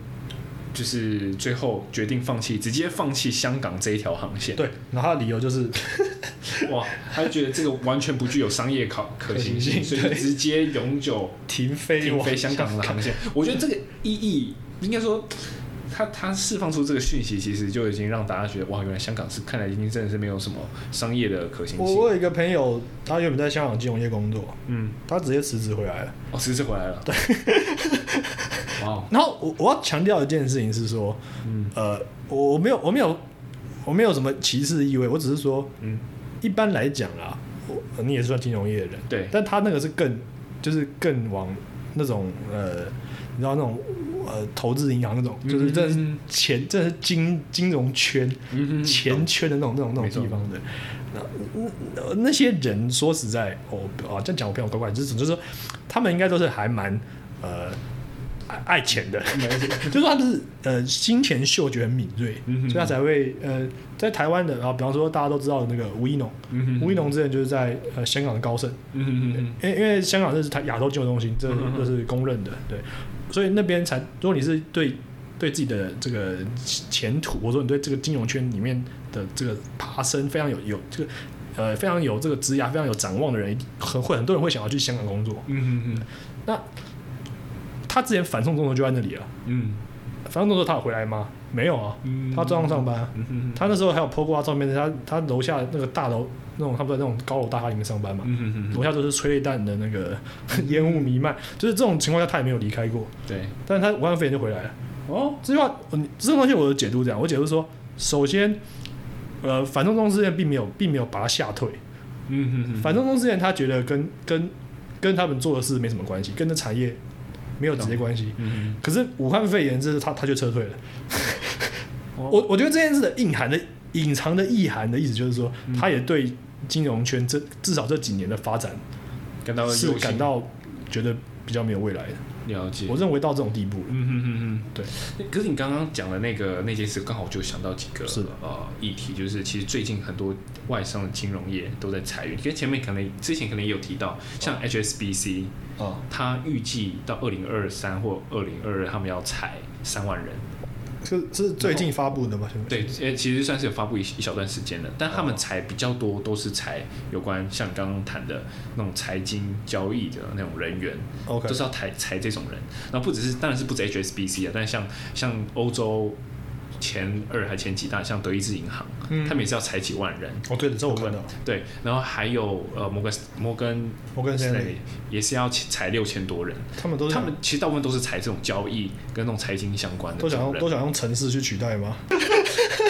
Speaker 2: 就是最后决定放弃，直接放弃香港这一条航线。，
Speaker 1: 对，然后他的理由
Speaker 2: (laughs)
Speaker 1: 就是
Speaker 2: 哇，他就觉得这个完全不具有商业考可行性，
Speaker 1: 可行性
Speaker 2: 所以就直接永久
Speaker 1: 停飞
Speaker 2: 停
Speaker 1: 往
Speaker 2: 飞香港的航线。我觉得这个意义应该说。他他释放出这个讯息，其实就已经让大家觉得哇，原来香港是看来已经真的是没有什么商业的可行
Speaker 1: 我
Speaker 2: 性。
Speaker 1: 我有一个朋友，他原本在香港金融业工作，
Speaker 2: 嗯，
Speaker 1: 他直接辞职回来了。
Speaker 2: 哦，辞职回来了。对，哇哦，
Speaker 1: 然后我我要强调一件事情是说，
Speaker 2: 嗯
Speaker 1: 呃，我我没有我没有我没有什么歧视意味，我只是说，
Speaker 2: 嗯，
Speaker 1: 一般来讲啦，我你也是算金融业的人，
Speaker 2: 对
Speaker 1: 但他那个是更就是更往那种呃，你知道那种呃投资银行那种，就是真的是
Speaker 2: 嗯
Speaker 1: 钱，真的是金金融圈
Speaker 2: 嗯哼
Speaker 1: 钱圈的那种那种那
Speaker 2: 没
Speaker 1: 种地
Speaker 2: 错
Speaker 1: 方的。那那那些人说实在，我、哦、啊这样讲我朋友怪怪，就是就是说他们应该都是还蛮呃爱爱钱的，就是他们是呃金钱嗅觉很敏锐，
Speaker 2: 嗯哼
Speaker 1: 所以他才会呃在台湾的，然后比方说大家都知道的那个吴一农，
Speaker 2: 嗯哼
Speaker 1: 吴一农之前就是在呃香港的高盛，
Speaker 2: 嗯哼嗯
Speaker 1: 因为因为香港这是台亚洲金融中心，这是
Speaker 2: 嗯哼
Speaker 1: 这是公认的，对，所以那边才，如果你是对对自己的呃这个前途，或者说你对这个金融圈里面的这个爬升非常有有这个呃非常有这个职涯非常有展望的人，很会很多人会想要去香港工作。
Speaker 2: 嗯嗯
Speaker 1: 那他之前反送中的就在那里了，
Speaker 2: 嗯嗯
Speaker 1: 反正那时候他有回来吗？没有啊，
Speaker 2: 嗯
Speaker 1: 他照样上班啊、
Speaker 2: 嗯哼
Speaker 1: 他那时候还有 PO 过他照片，他他楼下那个大楼那种，他不是在那种高楼大厦里面上班嘛，
Speaker 2: 嗯哼哼
Speaker 1: 楼
Speaker 2: 哼，
Speaker 1: 下都是催泪弹的那个 (laughs) 烟雾弥漫，就是这种情况下他也没有离开过，
Speaker 2: 对，
Speaker 1: 但是他武汉肺炎就回来了。
Speaker 2: 哦，
Speaker 1: 这句话，嗯这种东西我的解读是这样，我解读是说，首先，呃，反送中事件并没有并没有把他吓退，
Speaker 2: 嗯哼哼，
Speaker 1: 反送中事件他觉得跟跟跟他们做的事没什么关系，跟这产业没有直接关系。
Speaker 2: 嗯
Speaker 1: 可是武汉肺炎这是他他就撤退了。
Speaker 2: 哼， (laughs) 哦
Speaker 1: 我我觉得这件事的隐含的隐藏的意涵的意思就是说，
Speaker 2: 嗯
Speaker 1: 他也对金融圈这至少这几年的发展
Speaker 2: 嗯感到
Speaker 1: 是
Speaker 2: 忧心
Speaker 1: 感到觉得比较没有未来的。
Speaker 2: 了解
Speaker 1: 我，认为到这种地步了，
Speaker 2: 嗯哼哼哼，
Speaker 1: 对。
Speaker 2: 可是你刚刚讲的那个那件事，刚好就想到几个
Speaker 1: 是的
Speaker 2: 呃议题，就是其实最近很多外商的金融业都在裁员，跟前面可能之前可能也有提到，像 HSBC，
Speaker 1: 啊，
Speaker 2: 它预计到二零二三或二零二二，他们要裁三万人。
Speaker 1: 是是最近发布的吗？现在
Speaker 2: 对，呃，其实算是有发布一一小段时间了，但他们
Speaker 1: 哦
Speaker 2: 裁比较多都是裁有关像你刚刚谈的那种财经交易的那种人员，
Speaker 1: ，OK，
Speaker 2: 就是要裁裁这种人。那不只是，当然是不止 HSBC 啊，但像像欧洲前二还前几大，像德意志银行，
Speaker 1: 嗯
Speaker 2: 他们也是要裁几万人。
Speaker 1: 哦，对的，这我看到了，
Speaker 2: 对，然后还有呃摩根摩根
Speaker 1: 摩根士丹利
Speaker 2: 也是要裁六千多人。
Speaker 1: 他们都是
Speaker 2: 他们其实大部分都是裁这种交易跟那种财经相关的
Speaker 1: 都
Speaker 2: 这
Speaker 1: 想用
Speaker 2: 种人。
Speaker 1: 都想用城市去取代吗？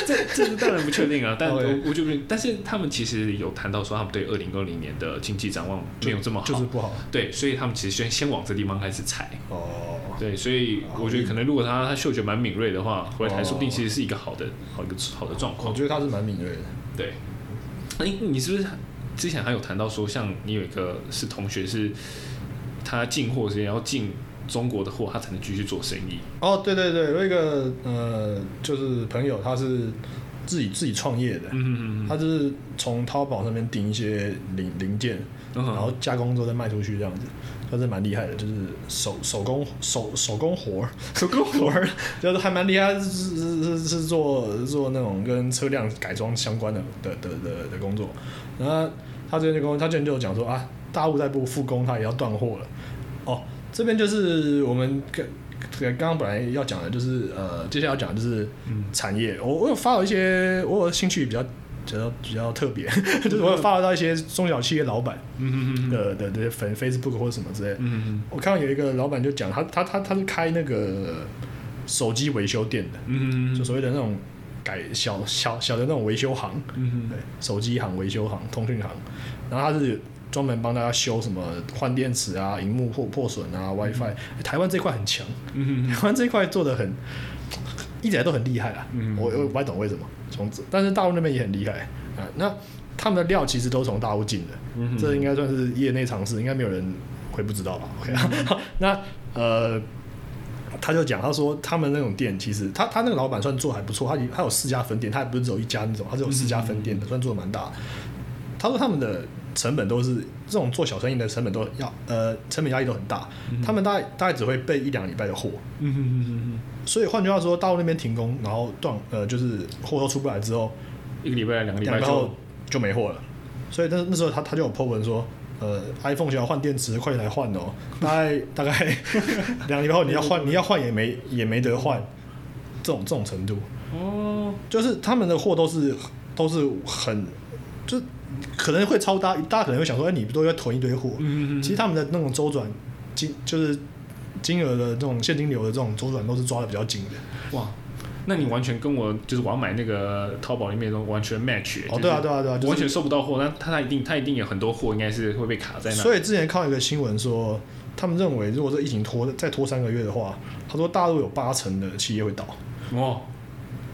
Speaker 2: 这这个当然不确定啊，但我
Speaker 1: OK
Speaker 2: 我就不定，但是他们其实有谈到说，他们对二零二零年的经济展望没有这么好，
Speaker 1: 就是不好
Speaker 2: 对，所以他们其实先先往这地方开始裁。
Speaker 1: 哦。
Speaker 2: 对，所以我觉得可能如果他他嗅觉蛮敏锐的话，回来台说不定其实是一个好的好一个好的状
Speaker 1: 我
Speaker 2: 况。
Speaker 1: 觉得他是蛮敏锐的，
Speaker 2: 对，哎、你是不是之前还有谈到说，像你有一个是同学是他进货是要进中国的货，他才能继续做生意。
Speaker 1: 哦，对对对，我有一个呃，就是朋友，他是自己自己创业的，
Speaker 2: 嗯嗯
Speaker 1: 他就是从淘宝上面订一些零零件，
Speaker 2: 嗯哼
Speaker 1: 然后加工之后再卖出去这样子，算是蛮厉害的，就是手手工手手工活儿，手工活儿 (laughs) 就是还蛮厉害，是是是是做做那种跟车辆改装相关的的的的的工作。然后他之前就跟我，他之前就有讲说啊，大陆在不复工，他也要断货了。哦，这边就是我们跟。刚刚本来要讲的就是呃，接下来要讲的就是产业。我我有发了一些，我有兴趣比较比较比较特别， (laughs) 就是我有发到一些中小企业老板
Speaker 2: 嗯嗯嗯
Speaker 1: 的的的粉 Facebook 或者什么之类的。
Speaker 2: 嗯
Speaker 1: 我看到有一个老板就讲，他他他他是开那个手机维修店的，
Speaker 2: 嗯
Speaker 1: 就所谓的那种改小小小的那种维修行，
Speaker 2: 嗯
Speaker 1: 对，手机行、维修行、通讯行，然后他是专门帮大家修什么换电池啊、荧幕破破损啊、WiFi、欸台湾这块很强，
Speaker 2: 嗯
Speaker 1: 台湾这一块做的很，一直以来都很厉害啊。
Speaker 2: 嗯
Speaker 1: 我我也不太懂为什么，从这但是大陆那边也很厉害啊。那他们的料其实都从大陆进的，
Speaker 2: 嗯
Speaker 1: 这应该算是业内常识，应该没有人会不知道吧？OK，、那
Speaker 2: 嗯
Speaker 1: (laughs) 呃。他就讲，他说他们那种店，其实他他那个老板算做得还不错，他有他有四家分店，他也不是只有一家那种，他是有四家分店的，
Speaker 2: 嗯
Speaker 1: 算做的蛮大的。他说他们的成本都是这种做小生意的成本都要呃成本压力都很大，他们大概大概只会备一两个礼拜的货，
Speaker 2: 嗯嗯嗯，
Speaker 1: 所以换句话说，大陆那边停工，然后断呃就是货都出不来之后，
Speaker 2: 一个礼拜两个
Speaker 1: 嗯
Speaker 2: 礼
Speaker 1: 两
Speaker 2: 拜
Speaker 1: 个
Speaker 2: 就
Speaker 1: 后就没货了。所以那那时候他他就有 po 文说，呃，iPhone 想要换电池，快点来换哦，大概 (laughs) 大概两个礼拜后你要换
Speaker 2: (laughs)
Speaker 1: 你要换也没也没得换，这种这种程度，
Speaker 2: 哦，
Speaker 1: 就是他们的货都是都是很就可能会超大，大家可能会想说，哎、你不都要囤一堆货？
Speaker 2: 嗯嗯嗯
Speaker 1: 其实他们的那种周转金就是金额的这种现金流的这种周转都是抓的比较紧的。
Speaker 2: 哇，那你完全跟我就是我要买那个淘宝里面的完全 match
Speaker 1: 哦，对啊，对啊，对啊，就是
Speaker 2: 完全收不到货，那他他一定他一定有很多货应该是会被卡在那，
Speaker 1: 所
Speaker 2: 以
Speaker 1: 以之前看到一个新闻说，他们认为如果这疫情拖再拖三个月的话，他说大陆有八成的企业会倒，
Speaker 2: 哦，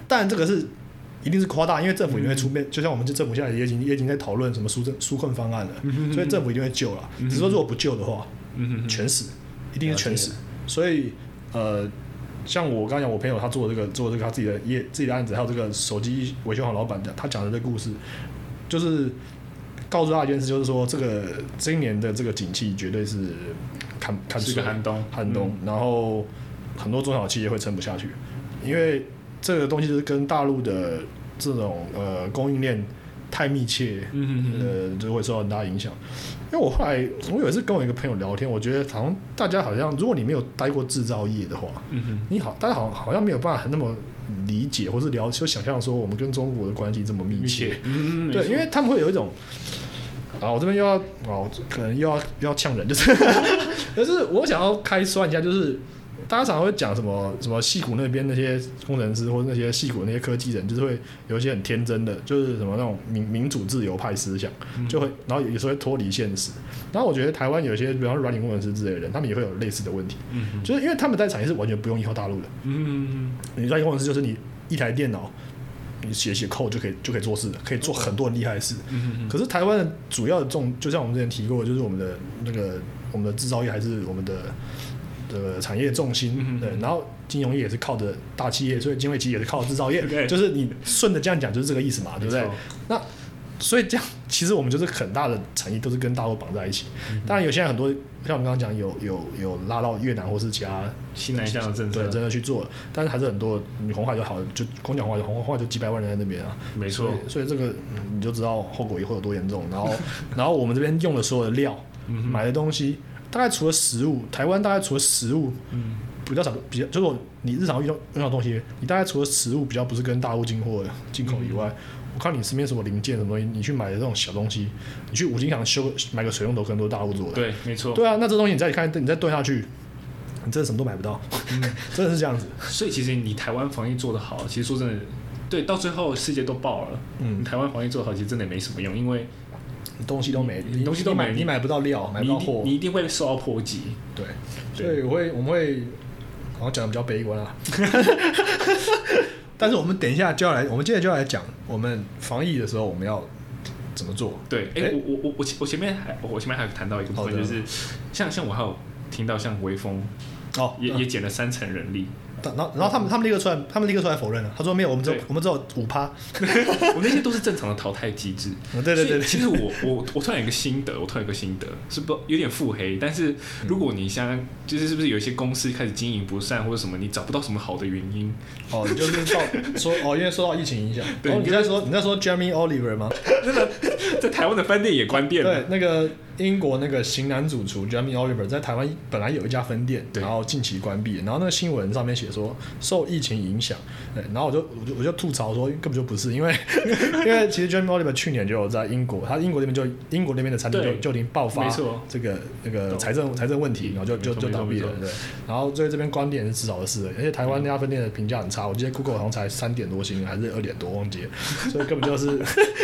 Speaker 1: 但这个是一定是夸大，因为政府一定会出
Speaker 2: 嗯
Speaker 1: 面，就像我们这政府现在也已经也已经在讨论什么纾政纾困方案了，所以政府一定会救了。只是说如果不救的话，
Speaker 2: 嗯
Speaker 1: 全死，一定是全死
Speaker 2: 了。
Speaker 1: 所以呃，像我刚刚讲，我朋友他做这个做这个他自己的业自己的案子，还有这个手机维修行老板讲他讲的这个故事，就是告诉大家一件事，就是说这个今年的这个景气绝对是看看
Speaker 2: 是
Speaker 1: 衰
Speaker 2: 个寒冬嗯
Speaker 1: 寒冬，然后很多中小企业会撑不下去，因为这个东西就是跟大陆的这种呃供应链太密切，
Speaker 2: 嗯嗯嗯，
Speaker 1: 呃，就会受到很大影响。因为我后来我有一次跟我一个朋友聊天，我觉得好像大家好像，如果你没有待过制造业的话，
Speaker 2: 嗯哼，
Speaker 1: 你好，大家好好像没有办法那么理解，或是了就想象说我们跟中国的关系这么密
Speaker 2: 密
Speaker 1: 切
Speaker 2: 切。，嗯，
Speaker 1: 对，因为他们会有一种，啊，我这边又要，哦，可能又要又要呛人，就是， (laughs) 可是我想要开涮一下，就是大家常常会讲什么什么戏骨那边那些工程师或者那些戏骨那些科技人，就是会有一些很天真的，就是什么那种民民主自由派思想，就会，然后有时候会脱离现实。然后我觉得台湾有些，比方说软体工程师之类的人，他们也会有类似的问题，
Speaker 2: 嗯哼，
Speaker 1: 就是因为他们在产业是完全不用依靠大陆的，
Speaker 2: 嗯
Speaker 1: 你软体工程师就是你一台电脑。你写写扣就可以就可以做事了，可以做很多很厉害的事。
Speaker 2: 嗯嗯
Speaker 1: 可是台湾的主要的重，就像我们之前提过，就是我们的那个我们的制造业还是我们的的产业重
Speaker 2: 嗯
Speaker 1: 心，
Speaker 2: 哼
Speaker 1: 对，然后金融业也是靠着大企业，所以金融业其实也是靠制造业，
Speaker 2: 对
Speaker 1: 就是你顺着这样讲就是这个意思嘛，对不对
Speaker 2: 没错？
Speaker 1: 那所以这样，其实我们就是很大的产业都是跟大陆绑在一起。
Speaker 2: 嗯
Speaker 1: 当然，有现在很多像我们刚刚讲，有有有拉到越南或是其他
Speaker 2: 西南向的政策
Speaker 1: 对，真的去做了，但是还是很多你红海就好，就光讲红海，红海就几百万人在那边啊，
Speaker 2: 没错
Speaker 1: 所以所以这个嗯你就知道后果以后有多严重。然后， (laughs) 然后我们这边用的所有的料，
Speaker 2: 嗯
Speaker 1: 买的东西，大概除了食物，台湾大概除了食物
Speaker 2: 嗯，
Speaker 1: 比较少，比较就是你日常用用到的东西，你大概除了食物比较不是跟大陆进货进口以
Speaker 2: 嗯
Speaker 1: 外，我看你身边什么零件什么东西，你去买的这种小东西，你去五金行修个买个水龙头，可能都是大陆做的。
Speaker 2: 对，没错，
Speaker 1: 对啊，那这东西你再看，你再炖下去，你真的什么都买不到，
Speaker 2: 嗯
Speaker 1: (laughs) 真的是这样子。
Speaker 2: 所以其实你台湾防疫做得好，其实说真的，对，到最后世界都爆了，
Speaker 1: 嗯
Speaker 2: 你，台湾防疫做得好，其实真的没什么用，因为
Speaker 1: 东西都没，
Speaker 2: 你东西都没
Speaker 1: 买，你买不到料，买
Speaker 2: 你
Speaker 1: 不
Speaker 2: 一
Speaker 1: 到
Speaker 2: 定
Speaker 1: 货
Speaker 2: 你，一定会受到波及。
Speaker 1: 对，
Speaker 2: 对
Speaker 1: 所以我会我们会好像讲的比较悲观
Speaker 2: (laughs)
Speaker 1: 啊。但是我们等一下就要来，我们接着就要来讲我们防疫的时候我们要怎么做。
Speaker 2: 对，哎、
Speaker 1: 哎
Speaker 2: 我我我我前我前面还我前面还有谈到一个部分，
Speaker 1: 好
Speaker 2: 就
Speaker 1: 的
Speaker 2: 是像像我还有听到像微风
Speaker 1: 哦，
Speaker 2: 也、
Speaker 1: 嗯
Speaker 2: 也减了三成
Speaker 1: (laughs)
Speaker 2: 人力，
Speaker 1: 然后然后他们他们立刻出来，他们立刻出来否认了，他说没有，我们只有
Speaker 2: 对
Speaker 1: 我们只有五趴。
Speaker 2: 我们那些都是正常的淘汰机制。
Speaker 1: 嗯对对
Speaker 2: 所以
Speaker 1: 对对
Speaker 2: 其实我我我突然有一个心得，我突然有一个心得是不有点腹黑，但是
Speaker 1: 嗯
Speaker 2: 如果你像就是是不是有一些公司开始经营不善或者什么，你找不到什么好的原因，
Speaker 1: (laughs) 哦，你就是到说哦，因为受到疫情影响。
Speaker 2: 对
Speaker 1: 哦，你
Speaker 2: 你就
Speaker 1: 在说你在说 Jeremy Oliver 吗？
Speaker 2: 在台湾的饭店也关店了
Speaker 1: 对，。那个英国那个型男主厨 Jamie Oliver 在台湾本来有一家分店，
Speaker 2: 对
Speaker 1: 然后近期关闭，然后那个新闻上面写说受疫情影响，对，然后我就我就我就吐槽说根本就不是，因为 (laughs) 因为其实 Jamie Oliver 去年就有在英国，他英国那边就英国那边的餐厅就
Speaker 2: 对
Speaker 1: 就已经爆发
Speaker 2: 没错
Speaker 1: 这个那个
Speaker 2: 懂
Speaker 1: 财政财政问题，然后就就
Speaker 2: 没错
Speaker 1: 就倒闭了
Speaker 2: 没错，嗯没
Speaker 1: 对，然后所以这边关店也是至少的事而已，而且台湾那家分店的评价很差，我记得 Google 好像才三点多星还是二点多忘记了，所以根本就是
Speaker 2: (laughs)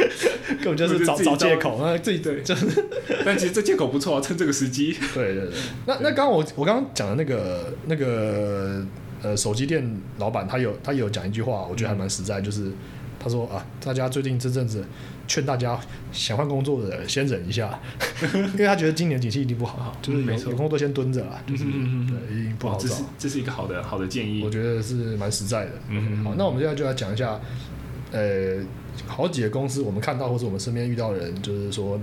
Speaker 1: 根本就是找
Speaker 2: 根本就自己
Speaker 1: 找借
Speaker 2: 造
Speaker 1: 口，那自己
Speaker 2: 对
Speaker 1: 就是。
Speaker 2: (laughs) 但其实这借口不错啊，趁这个时机。
Speaker 1: 对对对，那那刚刚我我刚刚讲的那个那个呃手机店老板，他有他有讲一句话，我觉得还蛮实在，就是他说啊，大家最近这阵子劝大家想换工作的人先忍一下，
Speaker 2: (laughs)
Speaker 1: 因为他觉得今年景气一定不好
Speaker 2: 好，
Speaker 1: 就是
Speaker 2: 嗯没
Speaker 1: 有
Speaker 2: 错
Speaker 1: 有工作先蹲着啊，就是
Speaker 2: 嗯嗯嗯嗯
Speaker 1: 对，已经不
Speaker 2: 哇
Speaker 1: 好
Speaker 2: 这
Speaker 1: 找啊
Speaker 2: 是。这是一个好的好的建议
Speaker 1: 我。觉得是蛮实在的。
Speaker 2: 嗯哼
Speaker 1: OK，好，那我们现在就来讲一下，呃，好几个公司我们看到或者我们身边遇到的人，就是说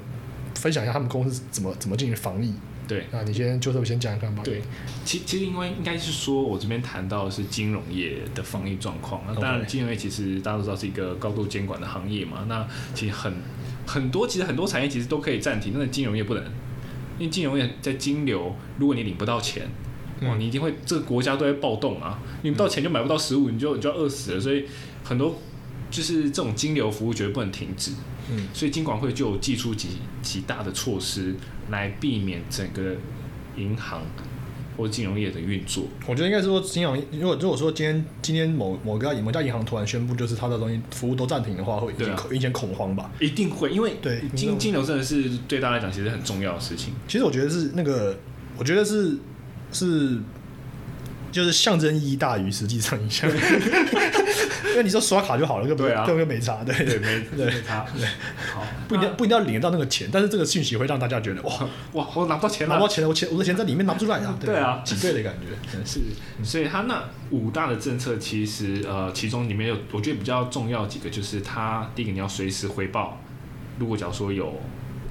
Speaker 1: 分享一下他们公司怎么怎么进行防疫。
Speaker 2: 对
Speaker 1: 那你先就是先讲一看吧。
Speaker 2: 对，其其实因为应该是说，我这边谈到的是金融业的防疫状况。那
Speaker 1: OK
Speaker 2: 当然，金融业其实大家都知道是一个高度监管的行业嘛。那其实很很多，其实很多产业其实都可以暂停，但是金融业不能，因为金融业在金流，如果你领不到钱。哇，
Speaker 1: 嗯
Speaker 2: 你一定会，这个国家都会暴动啊！领不到钱就买不到食物，你就你就要饿死了。所以很多就是这种金流服务绝对不能停止。
Speaker 1: 嗯
Speaker 2: 所以金管会就有寄出几几大的措施来避免整个银行或金融业的运作。
Speaker 1: 我觉得应该是说，金融如果如果说今天今天某某个某家银行突然宣布，就是它的东西服务都暂停的话，会引起
Speaker 2: 对啊
Speaker 1: 恐引起恐慌吧？
Speaker 2: 一定会，因为
Speaker 1: 对没
Speaker 2: 金
Speaker 1: 错
Speaker 2: 金流真的是对大家来讲其实很重要的事情。
Speaker 1: 其实我觉得是那个，我觉得是是就是象征意义大于实际上影响， (laughs) 因为你说刷卡就好了，根本
Speaker 2: 对啊
Speaker 1: 根本就没差，对 (laughs)
Speaker 2: 对，没啊
Speaker 1: 对
Speaker 2: 没他，好，
Speaker 1: 不一定不一定要领得到那个钱，但是这个讯息会让大家觉得哇，
Speaker 2: (laughs) 那哇，我拿不到钱了，
Speaker 1: 拿不到钱了，我钱我的钱在里面拿不出来啊，
Speaker 2: 对啊
Speaker 1: 挤兑的感觉，对
Speaker 2: 是，所以它那五大的政策其实呃，其中里面有我觉得比较重要几个，就是它第一个你要随时回报，如果假如说有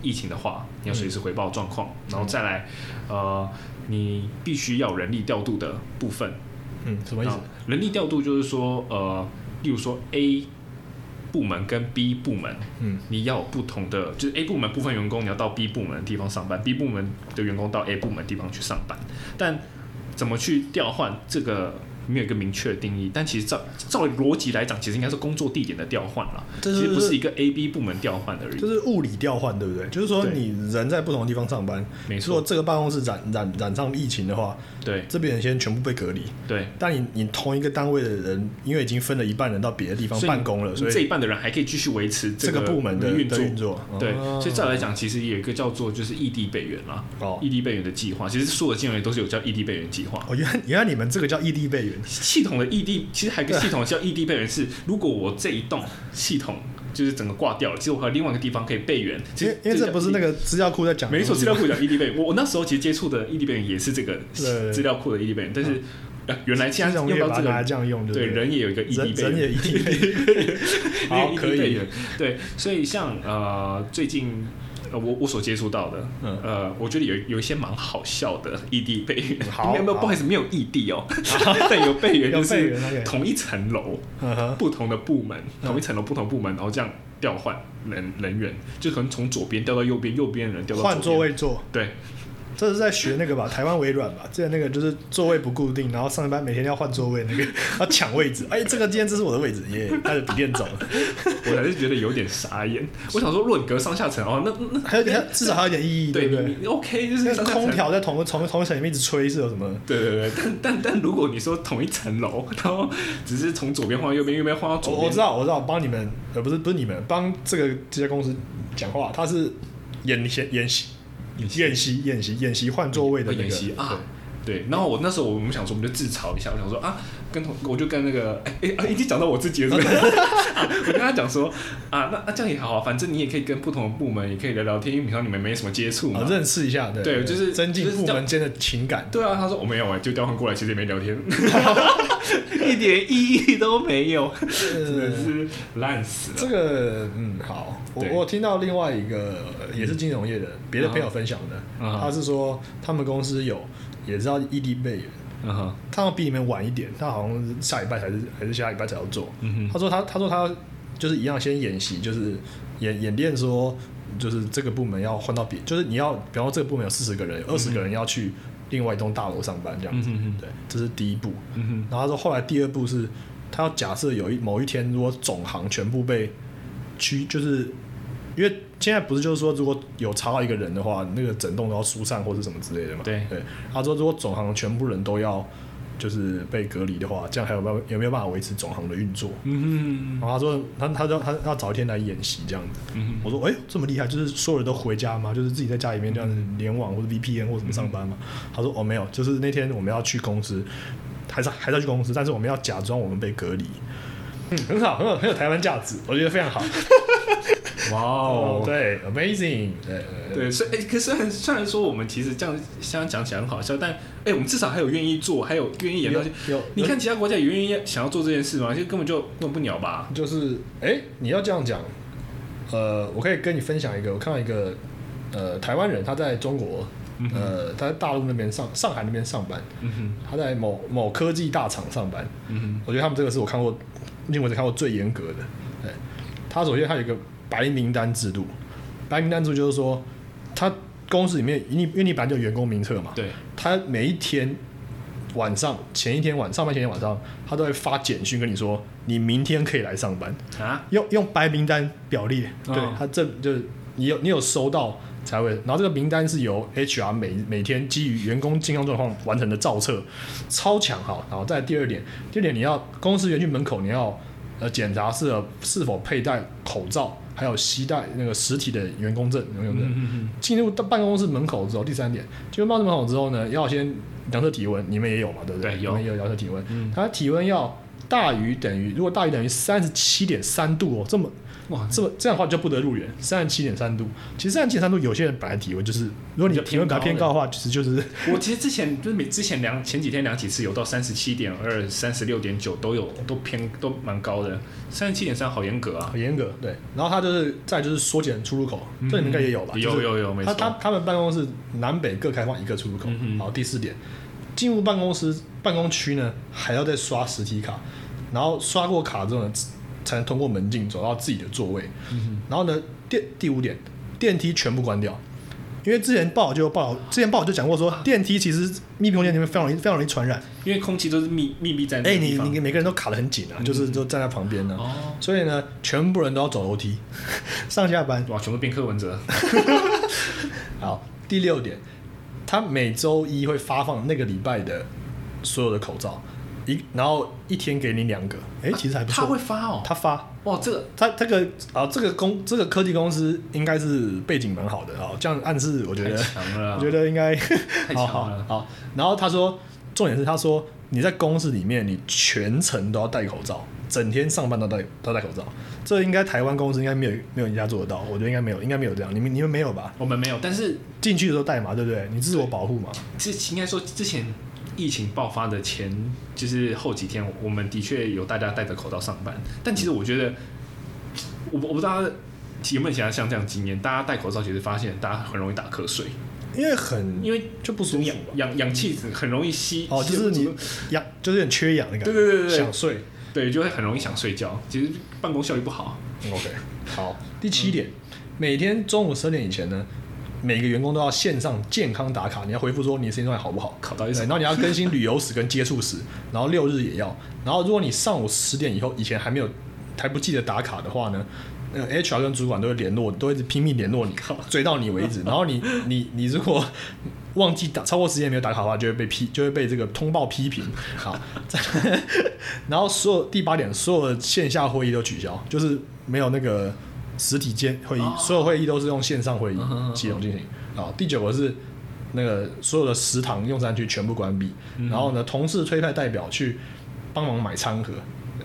Speaker 2: 疫情的话，你要随
Speaker 1: 嗯
Speaker 2: 时回报状况，然后再来呃，你必须要有人力调度的部分，
Speaker 1: 嗯，什么意思
Speaker 2: 啊？人力调度就是说呃，例如说 A 部门跟 B 部门，
Speaker 1: 嗯，
Speaker 2: 你要有不同的，就是 A 部门部分员工你要到 B 部门的地方上班，B 部门的员工到 A 部门的地方去上班，但怎么去调换这个没有一个明确的定义。但其实照照逻辑来讲，其实应该是工作地点的调换了，
Speaker 1: 这
Speaker 2: 其
Speaker 1: 是
Speaker 2: 实不是一个 A B 部门调换而已。
Speaker 1: 就是物理调换，对不对？就是说
Speaker 2: 对
Speaker 1: 你人在不同的地方上班，
Speaker 2: 没
Speaker 1: 如果
Speaker 2: 错，
Speaker 1: 这个办公室染染染上疫情的话，
Speaker 2: 对
Speaker 1: 这边人先全部被隔离，
Speaker 2: 对。
Speaker 1: 但你你同一个单位的人，因为已经分了一半人到别的地方
Speaker 2: 所以
Speaker 1: 办公了，所
Speaker 2: 这
Speaker 1: 以
Speaker 2: 一半的人还可以继续维持
Speaker 1: 这个
Speaker 2: 个
Speaker 1: 部门的
Speaker 2: 运作
Speaker 1: 的。运作，
Speaker 2: 对，
Speaker 1: 哦
Speaker 2: 所以照来讲，其实有一个叫做就是异地备援啦，
Speaker 1: 哦
Speaker 2: 异地备援的计划，其实所有金融业都是有叫异地备援计划。
Speaker 1: 哦，原来原来你们这个叫异地备援，
Speaker 2: 系统的异地，其实还有一个系统叫异地备援是，如果我这一栋系统就是整个挂掉了，其实我还有另外一个地方可以备援。其
Speaker 1: 因
Speaker 2: 实
Speaker 1: 为因为
Speaker 2: 叫
Speaker 1: 这不是那个嗯资料库在讲的
Speaker 2: 没
Speaker 1: 东西
Speaker 2: 错，
Speaker 1: 吗，
Speaker 2: 资料库讲异地备援。我我那时候其实接触的异地备援也是这个
Speaker 1: 对嗯
Speaker 2: 资料库的异地备援，但是呃原来现在
Speaker 1: 容
Speaker 2: 用
Speaker 1: 易
Speaker 2: 到
Speaker 1: 把它
Speaker 2: 这
Speaker 1: 拿来
Speaker 2: 个，
Speaker 1: 这样用，
Speaker 2: 对
Speaker 1: 不
Speaker 2: 人也有一个异
Speaker 1: 人
Speaker 2: 地备
Speaker 1: 人也
Speaker 2: 援，
Speaker 1: 异地备
Speaker 2: (laughs)
Speaker 1: 援，好
Speaker 2: 也有
Speaker 1: 可
Speaker 2: 异地备
Speaker 1: 以
Speaker 2: 援。对，所以像呃最近。呃，我我所接触到的，
Speaker 1: 嗯
Speaker 2: 呃，我觉得有有一些蛮好笑的异地备援，
Speaker 1: 好
Speaker 2: 没有没有，
Speaker 1: 好
Speaker 2: 不好意思，没有异地
Speaker 1: (laughs)
Speaker 2: 哦，但有备援就
Speaker 1: 有备
Speaker 2: 是
Speaker 1: 援，OK
Speaker 2: 同一层楼，
Speaker 1: 嗯哼，
Speaker 2: 不同的部门，
Speaker 1: 嗯
Speaker 2: 同一层楼不同部门，然后这样调换人人员，就可能从左边调到右边，右边的人调到左边
Speaker 1: 换座，位坐，
Speaker 2: 对，
Speaker 1: 这是在学那个吧，台湾微软吧，之前那个就是座位不固定，然后上班每天要换座位，那个要抢位置，哎，这个今天这是我的位置，耶，带着笔电走了，
Speaker 2: (laughs) 我还是觉得有点
Speaker 1: (laughs)
Speaker 2: 傻眼。我想说，如果你隔上下层哦，那那
Speaker 1: 还有点至少还有点意义，
Speaker 2: 那
Speaker 1: 对
Speaker 2: 对
Speaker 1: 不
Speaker 2: 你
Speaker 1: 对？
Speaker 2: 你 OK，就是
Speaker 1: 那
Speaker 2: 上
Speaker 1: 个
Speaker 2: 下层
Speaker 1: 空。调在同个同同一层里面一直吹是有什么？
Speaker 2: 对对对，但但但如果你说同一层楼，然后只是从左边换到右边，右边换到左
Speaker 1: 我
Speaker 2: 边，
Speaker 1: 我知道，我知道，帮你们，呃，不是不是你们，帮这个这家公司讲话，他是演习演习
Speaker 2: 演习
Speaker 1: 演习演习演习换座位的那个
Speaker 2: 演习啊。对，然后我那时候我们想说，我们就自嘲一下，我想说啊，跟同我就跟那个哎哎、啊已经讲到我自己了，是不 (laughs) 是啊我跟他讲说啊，那那这样也好啊，反正你也可以跟不同的部门也可以聊聊天，因为平常你们没什么接触嘛。
Speaker 1: 啊，认识一下，对
Speaker 2: 对就是
Speaker 1: 增进
Speaker 2: 就是
Speaker 1: 部
Speaker 2: 这样
Speaker 1: 门间的情感。
Speaker 2: 对啊，他说我、没有哎、就调换过来，其实也没聊天， (laughs) 一点意义都没有， (laughs) 真的
Speaker 1: 呃，
Speaker 2: 是烂死了。
Speaker 1: 这个嗯，好，我
Speaker 2: 对
Speaker 1: 我听到另外一个呃也是金融业的别的朋友分享的，
Speaker 2: 啊
Speaker 1: 他是说他们公司有也知道异地备援，
Speaker 2: 嗯哼，
Speaker 1: 他们比你们晚一点，他好像是下礼拜才是还是下礼拜才要做。
Speaker 2: 嗯
Speaker 1: 他说他他说他就是一样先演习，就是演演练说，就是这个部门要换到别，就是你要比方说这个部门有四十个人，二十个人要去另外一栋大楼上班这样子。
Speaker 2: 嗯哼哼
Speaker 1: 对，这是第一步。
Speaker 2: 嗯哼，
Speaker 1: 然后他说后来第二步是，他要假设有一某一天，如果总行全部被区，就是因为现在不是就是说，如果有查到一个人的话，那个整栋都要疏散或是什么之类的嘛。
Speaker 2: 对
Speaker 1: 对，他说如果总行全部人都要就是被隔离的话，这样还有没有有没有办法维持总行的运作？
Speaker 2: 嗯
Speaker 1: 然后他说他他就他他要找一天来演习这样子。
Speaker 2: 哼，嗯
Speaker 1: 我说，哎、这么厉害，就是所有人都回家吗？就是自己在家里面这样子联网或者 VPN 或什么上班吗？他说，哦，没有，就是那天我们要去公司，还是还是要去公司，但是我们要假装我们被隔离。嗯，很好，很有很有台湾价值，我觉得非常好。
Speaker 2: 哼，哇哦，
Speaker 1: 对，amazing，对对
Speaker 2: 对，所以、哎，可是很虽然说我们其实这样这样讲起来很好笑，但哎、我们至少还有愿意做，还有愿意演到去。
Speaker 1: 有有
Speaker 2: 你看其他国家有愿意想要做这件事吗？就根本就根本不鸟吧。
Speaker 1: 就是，哎、你要这样讲，呃，我可以跟你分享一个，我看到一个，呃，台湾人他在中国，呃，他在大陆那边上上海那边上班，
Speaker 2: 嗯哼，
Speaker 1: 他在某某科技大厂上班，
Speaker 2: 嗯
Speaker 1: 我觉得他们这个是我看过，目前为止看过最严格的。对，他首先他有一个白名单制度，白名单制度就是说，他公司里面因为因为你本来就有员工名册嘛
Speaker 2: 哼，，对，
Speaker 1: 他每一天晚上前一天晚上班前一天晚上，他都会发简讯跟你说，你明天可以来上班，
Speaker 2: 啊，
Speaker 1: 用用白名单表列，对
Speaker 2: 嗯
Speaker 1: 他这就是你有你有收到。才会，然后这个名单是由 HR 每每天基于员工健康状况完成的造册，超强好。然后再来第二点，第二点你要公司园区门口你要呃检查是是否佩戴口罩，还有携带那个实体的员工证、员工证。
Speaker 2: 嗯
Speaker 1: 进入到办公室门口之后，第三点，进入办公室门口之后呢，要先量测体温，你们也有嘛，对不对？
Speaker 2: 对有
Speaker 1: 你们也有量测体温，
Speaker 2: 嗯
Speaker 1: 它体温要大于等于，如果大于等于三十七点三度哦，这么
Speaker 2: 哼，哇，
Speaker 1: 这么这样的话就不得入园，三十七点三度。其实三十七点三度，有些人本来体温就是，如果你
Speaker 2: 比较
Speaker 1: 体温
Speaker 2: 偏
Speaker 1: 本来偏
Speaker 2: 高
Speaker 1: 高的话，其实就是
Speaker 2: 我其实之前就是每之前量前几天量几次，有到三十七点二、三十六点九都有，都偏都蛮高的。三十七点三好严格啊，
Speaker 1: 很严格，对。然后它就是再就是缩减出入口，这你们应该也有吧？就
Speaker 2: 有
Speaker 1: 是
Speaker 2: 嗯有有，没
Speaker 1: 他
Speaker 2: 错。
Speaker 1: 他他们办公室南北各开放一个出入口。
Speaker 2: 嗯哼
Speaker 1: 好，第四点，进入办公室办公区呢，还要再刷实体卡，然后刷过卡之后呢，才能通过门禁走到自己的座位。
Speaker 2: 嗯
Speaker 1: 然后呢，电第五点，电梯全部关掉，因为之前报就有报，之前报就讲过说，电梯其实密闭空间里面非常容易非常容易传染。
Speaker 2: 哼，因为空气都是密密闭在那
Speaker 1: 哎、
Speaker 2: 个地
Speaker 1: 你
Speaker 2: 方。嗯
Speaker 1: 你每个人都卡得很紧啊，就是都站在旁边呢、
Speaker 2: 哦，
Speaker 1: 所以呢，全部人都要走楼梯， (laughs) 上下班。
Speaker 2: 哇，全部变柯文哲。
Speaker 1: 好，第六点，他每周一会发放那个礼拜的所有的口罩，一然后一天给你两个，哎、其实还不
Speaker 2: 啊他
Speaker 1: 错
Speaker 2: 会。发哦，
Speaker 1: 他发，
Speaker 2: 哇，这个
Speaker 1: 他这个啊，这个公这个科技公司应该是背景蛮好的啊，这样暗示我觉
Speaker 2: 太
Speaker 1: 得
Speaker 2: 强了啊，
Speaker 1: 我觉得应该 (laughs)
Speaker 2: 太
Speaker 1: 好
Speaker 2: 强
Speaker 1: 好
Speaker 2: 了。
Speaker 1: 好。然后他说，重点是他说你在公司里面，你全程都要戴口罩，整天上班都戴都戴口罩。这应该台湾公司应该没有没有人家做得到，我觉得应该没有，应该没有这样。你们你们没有吧？
Speaker 2: 我们没有，但是
Speaker 1: 进去的时候戴嘛，对不对？你自我保护嘛。
Speaker 2: 是应该说之前疫情爆发的前，就是后几天，我们的确有大家戴着口罩上班，但其实我觉得，我不我不知道大家有没有想要像这样经验，大家戴口罩其实发现大家很容易打瞌睡，
Speaker 1: 因为很
Speaker 2: 因为
Speaker 1: 就不舒服
Speaker 2: 氧
Speaker 1: 吧。
Speaker 2: 氧氧气很容易吸，
Speaker 1: 哦，就是
Speaker 2: (laughs)
Speaker 1: 你氧，就是很缺氧的感觉，
Speaker 2: 对对对对对
Speaker 1: 想睡。
Speaker 2: 对，就会很容易想睡觉，其实办公效率不好，
Speaker 1: 嗯 OK，好，第七
Speaker 2: 嗯
Speaker 1: 点，每天中午十二点以前呢，每个员工都要线上健康打卡，你要回复说你的身体状态好不好。
Speaker 2: 考到一
Speaker 1: 对
Speaker 2: 什
Speaker 1: 然
Speaker 2: 么？
Speaker 1: 后你要更新旅游史跟接触史，然后六日也要。然后如果你上午十点以后以前还没有还不记得打卡的话呢，那个 HR 跟主管都会联络，都会一直拼命联络你，追到你为止。然后你你你如果忘记打超过时间没有打卡的话，就会被批，就会被这个通报批评。好，再 (laughs) 然后所有第八点，所有的线下会议都取消，就是没有那个实体间会议，
Speaker 2: 哦
Speaker 1: 所有会议都是用线上会议
Speaker 2: 嗯哼嗯哼
Speaker 1: 系统进行。好，第九个是那个所有的食堂用餐区全部关闭，然后呢，同事推派代表去帮忙买餐盒，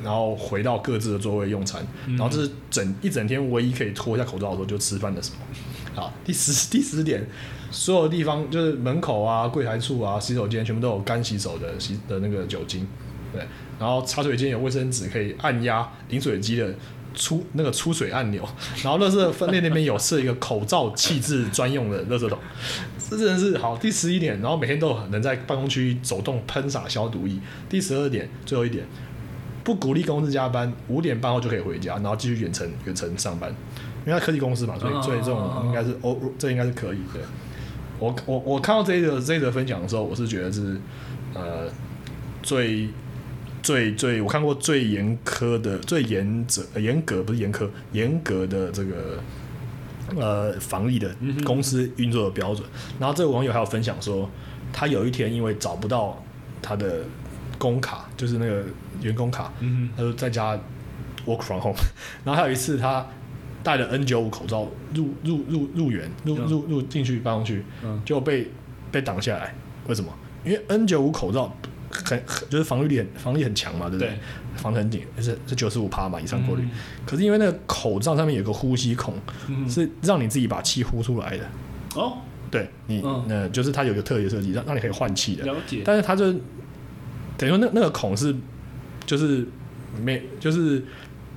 Speaker 1: 然后回到各自的座位用餐，
Speaker 2: 嗯
Speaker 1: 然后这是整一整天唯一可以脱下口罩的时候就吃饭的时候。好，第十 (laughs) 第十点，所有地方就是门口啊、柜台处啊、洗手间全部都有干洗手的洗的那个酒精，对，然后茶水间有卫生纸可以按压饮水机的。出那个出水按钮， (laughs) 然后垃圾分类那边有设一个口罩气质专用的垃圾桶，这真的是好。第十一点，然后每天都有人在办公区走动喷洒消毒液。第十二点，最后一点，不鼓励公司加班，五点半后就可以回家，然后继续远程远程上班，因为它科技公司嘛，所以所以这种应该是哦，这应该是可以的。我我我看到这一则这一则分享的时候，我是觉得是呃最最最我看过最严苛的、最严者呃严格不是严苛严格的这个呃防疫的
Speaker 2: 嗯哼
Speaker 1: 公司运作的标准。然后这个网友还有分享说，他有一天因为找不到他的工卡，就是那个员工卡，
Speaker 2: 嗯
Speaker 1: 他就在家 work from home。然 (laughs) 后还有一次，他戴了 N 九五口罩入入入入园入
Speaker 2: 嗯
Speaker 1: 入入进去办公区，
Speaker 2: 嗯
Speaker 1: 就被被挡下来。为什么？因为 N 九五口罩很很就是防御力很防疫很强嘛，对不对？
Speaker 2: 对
Speaker 1: 防得很紧，是是九十五趴嘛以上过滤。
Speaker 2: 嗯
Speaker 1: 可是因为那个口罩上面有个呼吸孔，
Speaker 2: 嗯
Speaker 1: 是让你自己把气呼出来的。
Speaker 2: 哦，
Speaker 1: 对你，
Speaker 2: 嗯
Speaker 1: 呃，就是它有一个特别设计，让让你可以换气的。
Speaker 2: 了解，
Speaker 1: 但是它就等于说那那个孔是就是没就是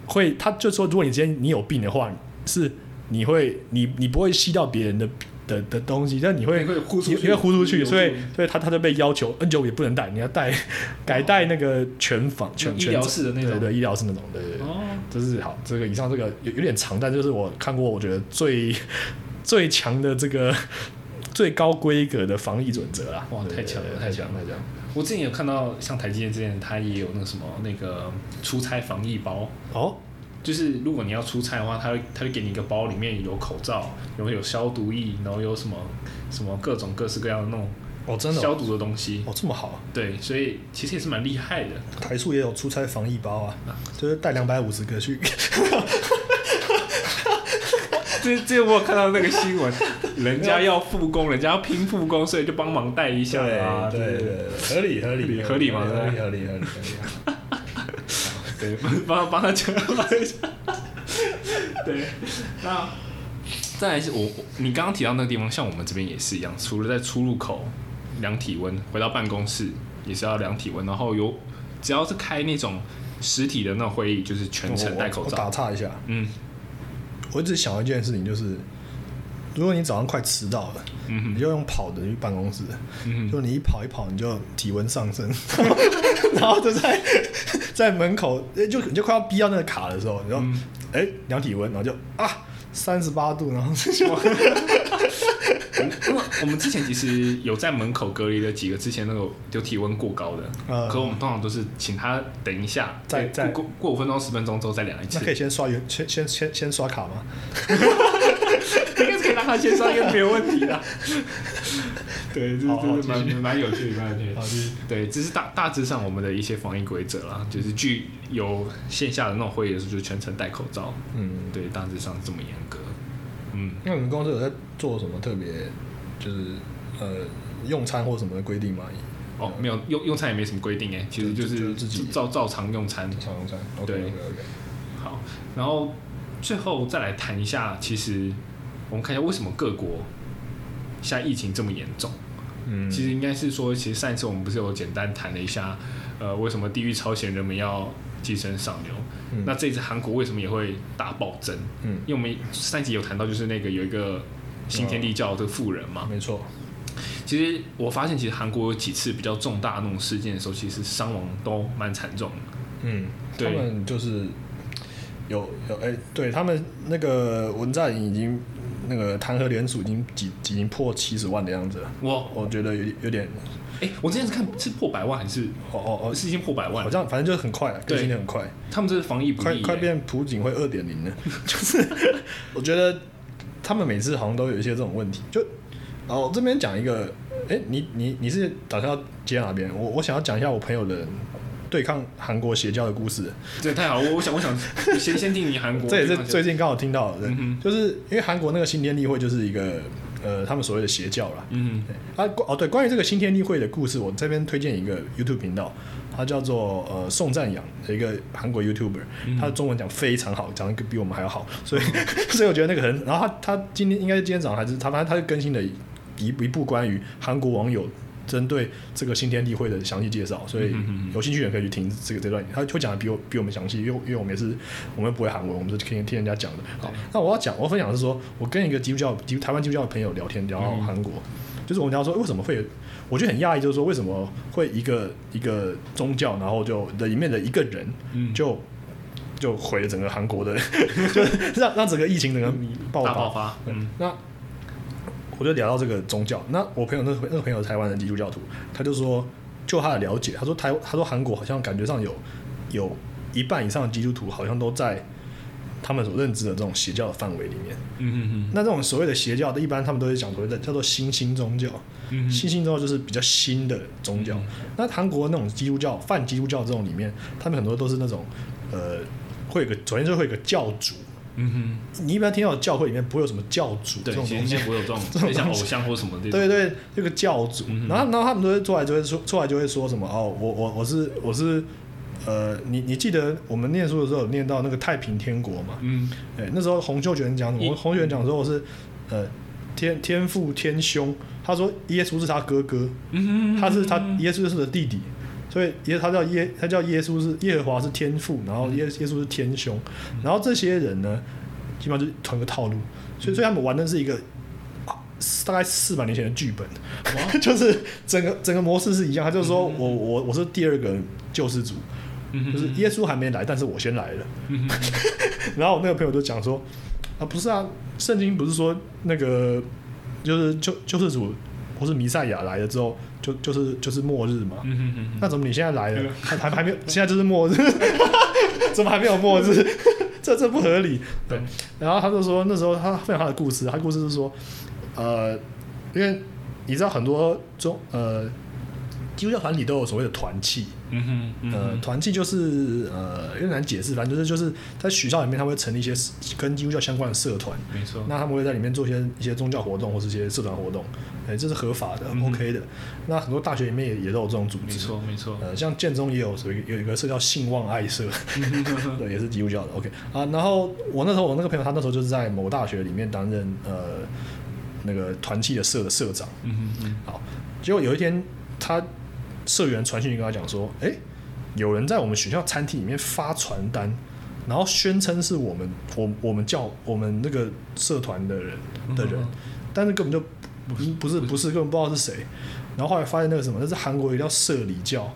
Speaker 1: 会，他就说如果你今天你有病的话，是你会你你不会吸到别人的的的东西，但你会
Speaker 2: 你会呼出
Speaker 1: 你
Speaker 2: 去
Speaker 1: 你会呼出去，嗯
Speaker 2: 有
Speaker 1: 所以
Speaker 2: 病
Speaker 1: 所以他他就被要求 N 九五也不能戴，你要戴改戴那个全防全
Speaker 2: 医
Speaker 1: 全
Speaker 2: 疗式的那种
Speaker 1: 对对医疗式那种对对对。
Speaker 2: 哦，
Speaker 1: 就是好，这个以上这个有有点长，但就是我看过我觉得最最强的这个最高规格的防疫准则啦。
Speaker 2: 哇
Speaker 1: 对
Speaker 2: 太强了
Speaker 1: 对对
Speaker 2: 太强了
Speaker 1: 太强了！
Speaker 2: 我之前有看到，像台积电之前，它也有那个什么那个出差防疫包，
Speaker 1: 哦，
Speaker 2: 就是如果你要出差的话，它会它会给你一个包，里面有口罩，有有消毒液，然后有什么什么各种各式各样的那种
Speaker 1: 哦，真的
Speaker 2: 消
Speaker 1: 哦，
Speaker 2: 毒的东西。
Speaker 1: 哦这么好啊，
Speaker 2: 对，所以其实也是蛮厉害的。
Speaker 1: 台塑也有出差防疫包啊，就是带两百五十个去。
Speaker 2: (laughs) 这这我有看到那个新 (laughs) 闻，人家要复工，人家要拼复工，所以就帮忙带一下啊。
Speaker 1: 对对，对合理合理
Speaker 2: 合理嘛
Speaker 1: 合理
Speaker 2: 对
Speaker 1: 合理合理。合理
Speaker 2: 对，帮帮他讲一下。对，那再来是我我你刚刚提到那个地方，像我们这边也是一样，除了在出入口量体温，回到办公室也是要量体温，然后有只要是开那种实体的那种会议，就是全程戴口
Speaker 1: 我我我打
Speaker 2: 罩。
Speaker 1: 岔一下，
Speaker 2: 嗯，
Speaker 1: 我一直想到一件事情，就是如果你早上快迟到了，
Speaker 2: 嗯
Speaker 1: 你就用跑的去办公室，
Speaker 2: 嗯
Speaker 1: 就你一跑一跑，你就体温上升， (laughs) 然后就在 (laughs) 在门口，诶就你就快要逼到那个卡的时候，你就
Speaker 2: 嗯
Speaker 1: 哎量体温，然后就啊三十八度，然后 (laughs)
Speaker 2: 因为我们之前其实有在门口隔离了几个之前那个有体温过高的，
Speaker 1: 嗯
Speaker 2: 可我们通常都是请他等一下，
Speaker 1: 再再
Speaker 2: 过过五分钟十分钟之后再量一次
Speaker 1: 那可，以先刷原先先先先刷卡吗？
Speaker 2: 应该是可以让他先上，应该没有问题的。 (laughs) 对，这
Speaker 1: 好好
Speaker 2: 这是蛮
Speaker 1: 继续
Speaker 2: 蛮有趣的，蛮有趣
Speaker 1: 好
Speaker 2: 的
Speaker 1: 继续。
Speaker 2: 对，这是大大致上我们的一些防疫规则啦，就是据有线下的那种会议的时候，就是全程戴口罩。
Speaker 1: 嗯，
Speaker 2: 对，大致上这么严格。嗯，
Speaker 1: 那你们公司有在做什么特别，就是呃用餐或什么的规定吗？
Speaker 2: 哦，没有用用餐也没什么规定哎，其实
Speaker 1: 就
Speaker 2: 就是
Speaker 1: 就自己
Speaker 2: 照照常用餐。
Speaker 1: 常用餐，OK
Speaker 2: 对
Speaker 1: OK OK，
Speaker 2: 好，然后最后再来谈一下，其实我们看一下为什么各国现在疫情这么严重。
Speaker 1: 嗯，
Speaker 2: 其实应该是说，其实上一次我们不是有简单谈了一下，呃，为什么地狱朝鲜人们要寄生上流？
Speaker 1: 嗯
Speaker 2: 那这一次韩国为什么也会大暴增？
Speaker 1: 嗯
Speaker 2: 因为我们上一集有谈到，就是那个有一个新天地教的富人嘛。
Speaker 1: 没错，嗯
Speaker 2: 其实我发现，其实韩国有几次比较重大的那种事件的时候，其实伤亡都蛮惨重的。
Speaker 1: 嗯，他
Speaker 2: 对
Speaker 1: 们就是有有哎、对他们那个文战已经那个弹劾联署已经几已经破七十万的样子了，
Speaker 2: 哇，
Speaker 1: 我觉得有点有点
Speaker 2: 哎、我之前是看是破百万还是
Speaker 1: 哦哦
Speaker 2: 哦，
Speaker 1: 哦，
Speaker 2: 是已经破百万
Speaker 1: 好
Speaker 2: 了？
Speaker 1: 像反正就是很快了，更
Speaker 2: 对
Speaker 1: 新的很快，
Speaker 2: 他们这是防疫不
Speaker 1: 快
Speaker 2: 力、
Speaker 1: 快
Speaker 2: 欸
Speaker 1: 变朴槿惠二点
Speaker 2: (laughs)
Speaker 1: 零了，就是我觉得他们每次好像都有一些这种问题，就哦这边讲一个，哎、你你你是打算要接哪边？我我想要讲一下我朋友的对抗韩国邪教的故事。
Speaker 2: 这太好了！我我想我想先先定你韩
Speaker 1: (laughs)
Speaker 2: 国，
Speaker 1: 这也
Speaker 2: 我
Speaker 1: 是
Speaker 2: 想
Speaker 1: 最近刚好听到的，
Speaker 2: 嗯哼
Speaker 1: 就是因为韩国那个新天地会就是一个呃，他们所谓的邪教啦。
Speaker 2: 嗯
Speaker 1: 啊，关哦对，关于这个新天地会的故事，我这边推荐一个 YouTube 频道，它叫做呃宋赞阳的一个韩国 YouTuber，他的
Speaker 2: 嗯
Speaker 1: 中文讲非常好，讲的比我们还要好，所以 (laughs) 所以我觉得那个很，然后他他今天应该是今天早上还是他反正他就更新了一一一部关于韩国网友。针对这个新天地会的详细介绍，所以
Speaker 2: 嗯哼嗯
Speaker 1: 有兴趣的人可以去听这个这段，他会讲的比我比我们详细，因为因为我们也是我们又不会韩文，我们是听听人家讲的。好，那我要讲，我要分享的是说，我跟一个基督教基督台湾基督教的朋友聊天，聊到
Speaker 2: 嗯
Speaker 1: 韩国，就是我们聊说为什么会有，我就很讶异，就是说为什么会一个一个宗教，然后就的里面的一个人
Speaker 2: 嗯
Speaker 1: 就就毁了整个韩
Speaker 2: (laughs)
Speaker 1: 国的，就是让让整个疫情整个爆
Speaker 2: 大
Speaker 1: 发
Speaker 2: 爆。发，嗯
Speaker 1: 那我就聊到这个宗教，那我朋友那个那个朋友是台湾的基督教徒，他就说，就他的了解，他说台他说韩国好像感觉上有有一半以上的基督徒好像都在他们所认知的这种邪教的范围里面。
Speaker 2: 嗯嗯
Speaker 1: 那这种所谓的邪教，一般他们都会讲所谓的叫做新兴宗教。
Speaker 2: 嗯
Speaker 1: 新兴宗教就是比较新的宗教
Speaker 2: 嗯。
Speaker 1: 那韩国那种基督教、泛基督教这种里面，他们很多都是那种呃，会有个首先就会有个教主。
Speaker 2: 嗯
Speaker 1: 你一般听到教会里面不会有什么教主
Speaker 2: 哼，
Speaker 1: 这
Speaker 2: 对，
Speaker 1: 种
Speaker 2: 其实
Speaker 1: 东
Speaker 2: 应
Speaker 1: 西
Speaker 2: 该，不会有这种
Speaker 1: 这种
Speaker 2: 类像偶
Speaker 1: 东西
Speaker 2: 像或什么的，
Speaker 1: 对，对，这个教主，
Speaker 2: 嗯哼
Speaker 1: 然后然后他们都会出来就会说出来就会说什么哦，我我我是我是呃，你你记得我们念书的时候有念到那个太平天国嘛？
Speaker 2: 嗯
Speaker 1: 哎，那时候洪秀全讲什
Speaker 2: 一
Speaker 1: 么？洪秀全讲说我是呃天天父天兄，他说耶稣是他哥哥，
Speaker 2: 嗯，
Speaker 1: 他是他耶稣是的弟弟，所以耶他叫耶他叫耶稣是耶和华是天父，然后耶耶稣是天兄，然后这些人呢，基本上就是同一个套路，所
Speaker 2: 嗯
Speaker 1: 以所以他们玩的是一个。啊大概四百年前的剧本， (laughs) 就是整个整个模式是一样。他就说我我我是第二个救世主，
Speaker 2: 嗯
Speaker 1: 就是耶稣还没来，但是我先来了。
Speaker 2: 嗯哼
Speaker 1: (laughs) 然后我那个朋友就讲说，啊，不是啊，圣经不是说那个就是救救世主或是弥赛亚来了之后，就就是就是末日嘛？
Speaker 2: 嗯哼嗯哼，
Speaker 1: 那怎么你现在来
Speaker 2: 对
Speaker 1: 了
Speaker 2: 啊，
Speaker 1: 还还还没有，现在就是末日， (laughs) 怎么还没有末日？ (laughs) 这这不合理。对，然后他就说那时候他分享他的故事，他故事是说，呃，因为你知道很多中呃基督教团体都有所谓的团契，
Speaker 2: 嗯哼嗯
Speaker 1: 呃，
Speaker 2: 哼，
Speaker 1: 团契就是呃，有点难解释，反正就是就是在学校里面，他会成立一些跟基督教相关的社团，
Speaker 2: 没错，
Speaker 1: 那他们会在里面做一些一些宗教活动或是一些社团活动，哎、这是合法的、
Speaker 2: 嗯哼
Speaker 1: o k 的。那很多大学里面也也都有这种组
Speaker 2: 没
Speaker 1: 织，
Speaker 2: 错没错，
Speaker 1: 呃，像建中也有有一有一个社叫信望爱社，
Speaker 2: 嗯
Speaker 1: (laughs) 对，也是基督教的。OK 啊，然后我那时候我那个朋友他那时候就是在某大学里面担任呃那个团契的社的社长，
Speaker 2: 嗯哼
Speaker 1: 好，结果有一天，他社员传讯跟他讲说：“哎、有人在我们学校餐厅里面发传单，然后宣称是我们我我们教我们那个社团的人的人，但是根本就嗯不是不是不是根本不知道是谁。然后后来发现那个什么，那是韩国一叫社里教，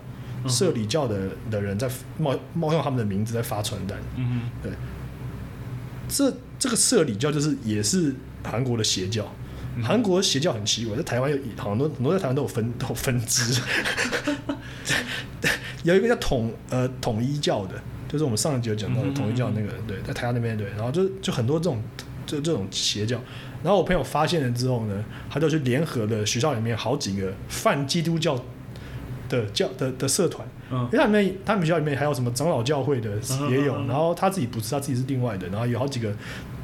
Speaker 2: 嗯
Speaker 1: 社里教的的人在冒冒用他们的名字在发传单。
Speaker 2: 嗯
Speaker 1: 对，这这个社里教就是也是韩国的邪教。
Speaker 2: 嗯
Speaker 1: 韩国的邪教很奇怪，在台湾有好多很多在台湾都有分都有分支， (laughs) 有一个叫统呃统一教的，就是我们上一集有讲到的
Speaker 2: 嗯哼
Speaker 1: 统一教那个，对，在台湾那边对，然后就就很多这种就这种邪教，然后我朋友发现了之后呢，他就去联合了学校里面好几个泛基督教的教的的社团，
Speaker 2: 嗯
Speaker 1: 因为他们他们学校里面还有什么长老教会的
Speaker 2: 嗯
Speaker 1: 也有
Speaker 2: 嗯嗯，嗯
Speaker 1: 然后他自己不是，他自己是另外的，然后有好几个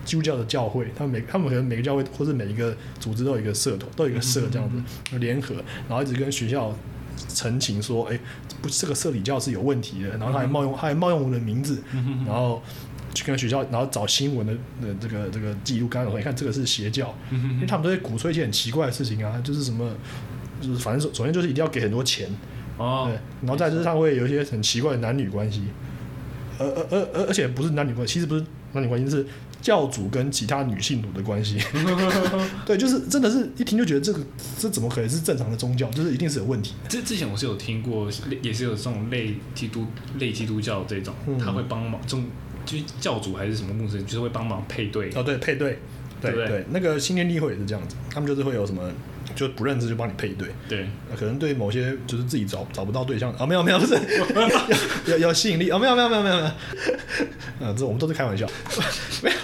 Speaker 1: 基督教的教会，他们每他们可能每个教会或是每一个组织都有一个社团，都有一个社这样
Speaker 2: 嗯嗯
Speaker 1: 子联合，然后一直跟学校澄清说，哎，不这个社里教是有问题的，然后他还冒用他还冒用我的名字，
Speaker 2: 嗯，
Speaker 1: 然后去跟学校，然后找新闻的的这个这个记录，刚刚你哎看这个是邪教，因为他们都会鼓吹一些很奇怪的事情啊，就是什么，就是反正首首先就是一定要给很多钱，
Speaker 2: 哦
Speaker 1: 对，，然后再就是他会有一些很奇怪的男女关系，而而而而而且不是男女关系，其实不是男女关系，是教主跟其他女性徒的关系。 (laughs) 对，就是真的是一听就觉得这个这怎么可能是正常的宗教？就是一定是有问题的。
Speaker 2: 这之前我是有听过，也是有这种类基督类基督教这种，
Speaker 1: 嗯
Speaker 2: 他会帮忙，这种就是教主还是什么牧师，就是会帮忙配对。
Speaker 1: 哦，对，配对，对
Speaker 2: 对嗯不对
Speaker 1: 对，那个新天地会也是这样子，他们就是会有什么就不认识就帮你配对。
Speaker 2: 对，
Speaker 1: 呃可能对某些就是自己找找不到对象啊，没有没有，不是 (laughs) 有有有吸引力啊，没有没有没有没有没 (laughs) 有，嗯，这我们都是开玩笑， (laughs) 没有，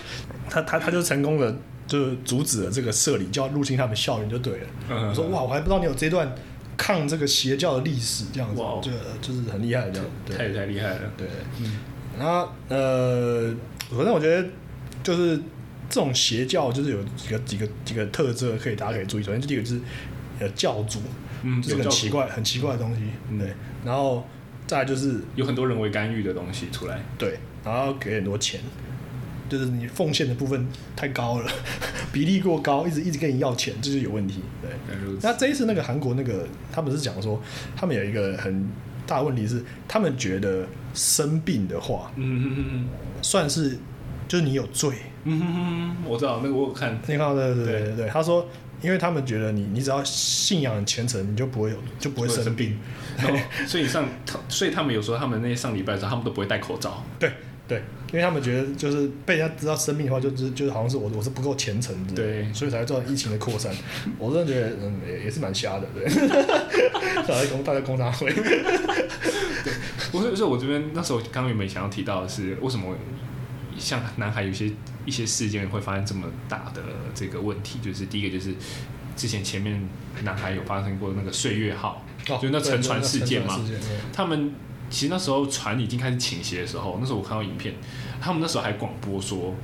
Speaker 1: 他他他就成功的就是阻止了这个社里教入侵他们校园就对了。
Speaker 2: 嗯
Speaker 1: 我说哇，我还不知道你有这段抗这个邪教的历史这样子
Speaker 2: 哇哦，
Speaker 1: 就就是很厉害这样，对
Speaker 2: 太太厉害了。
Speaker 1: 对。
Speaker 2: 嗯
Speaker 1: 然后呃，反正我觉得就是这种邪教，就是有几个几个几个特征可以大家可以注意。首先，第一个就是呃教主，
Speaker 2: 嗯，
Speaker 1: 这是
Speaker 2: 有
Speaker 1: 很
Speaker 2: 教主
Speaker 1: 奇，怪很奇怪的东西，
Speaker 2: 嗯
Speaker 1: 对。然后再来就是
Speaker 2: 有很多人为干预的东西出来。
Speaker 1: 对，然后给很多钱，就是你奉献的部分太高了， (laughs) 比例过高，一直一直跟你要钱，这就有问题，对。
Speaker 2: 原来如此
Speaker 1: 那这一次那个韩国那个，他们是讲说，他们有一个很大的问题是，他们觉得生病的话
Speaker 2: 嗯嗯
Speaker 1: 算是就是你有罪，
Speaker 2: 嗯嗯嗯，我知道那个我有看。
Speaker 1: 你看到对对对
Speaker 2: 对
Speaker 1: 对对，他说，因为他们觉得你你只要信仰很虔诚，你就不会有就不会
Speaker 2: 不会
Speaker 1: 生
Speaker 2: 生
Speaker 1: 病，
Speaker 2: (laughs) 然后，所以上他，所以他们有时候他们那些上礼拜的时候，他们都不会戴口罩。
Speaker 1: 对对，因为他们觉得就是被人家知道生病的话，就就就是好像是我我是不够虔诚的，
Speaker 2: 对
Speaker 1: 所以才会造成疫情的扩
Speaker 2: (laughs)
Speaker 1: 散。我真的觉得嗯也也是蛮瞎的，对，大家公大家公大会，
Speaker 2: 不是，是我这边那时候刚刚原本想要提到的是，为什么像南海有些一些事件会发生这么大的这个问题，就是第一个就是之前前面南海有发生过那个岁月号， (laughs)
Speaker 1: 哦
Speaker 2: 就那沉船事件嘛
Speaker 1: 对，对那沉船事件
Speaker 2: 他们其实那时候船已经开始倾斜的时候，那时候我看到影片，他们那时候还广播说，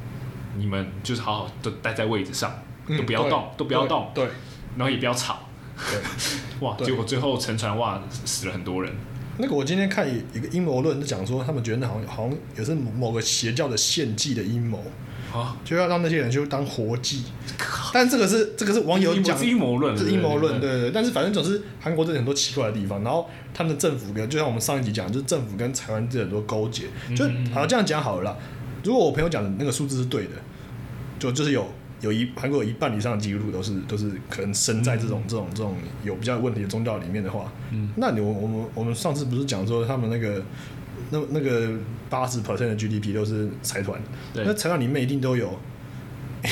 Speaker 2: 你们就是好好的待在位置上，
Speaker 1: 嗯
Speaker 2: 都不要动，
Speaker 1: 对
Speaker 2: 都不要动，
Speaker 1: 对
Speaker 2: 然后也不要吵，
Speaker 1: 对，
Speaker 2: 哇，
Speaker 1: 对
Speaker 2: 结果最后沉船哇死了很多人，
Speaker 1: 那个我今天看有一个阴谋论，就讲说他们觉得那好像好像也是某某个邪教的献祭的阴谋，
Speaker 2: 啊，
Speaker 1: 就要让那些人去当活祭，但这个是这个是网友
Speaker 2: 阴谋
Speaker 1: 讲
Speaker 2: 是阴谋论，
Speaker 1: 这是
Speaker 2: 对
Speaker 1: 阴
Speaker 2: 不对
Speaker 1: 谋论，对对对。但是反正总是韩国这里很多奇怪的地方，然后他们的政府跟就像我们上一集讲，就是政府跟台湾这很多勾结。就
Speaker 2: 嗯嗯嗯
Speaker 1: 好这样讲好了啦，如果我朋友讲的那个数字是对的，就就是有有一韩国有一半以上的基督徒都是都是可能生在这种这种这种有比较有问题的宗教里面的话，
Speaker 2: 嗯
Speaker 1: 那你我我们我们上次不是讲说他们那个那那个八十 percent 的 GDP 都是财团，
Speaker 2: 对
Speaker 1: 那财团里面一定都有。 (laughs)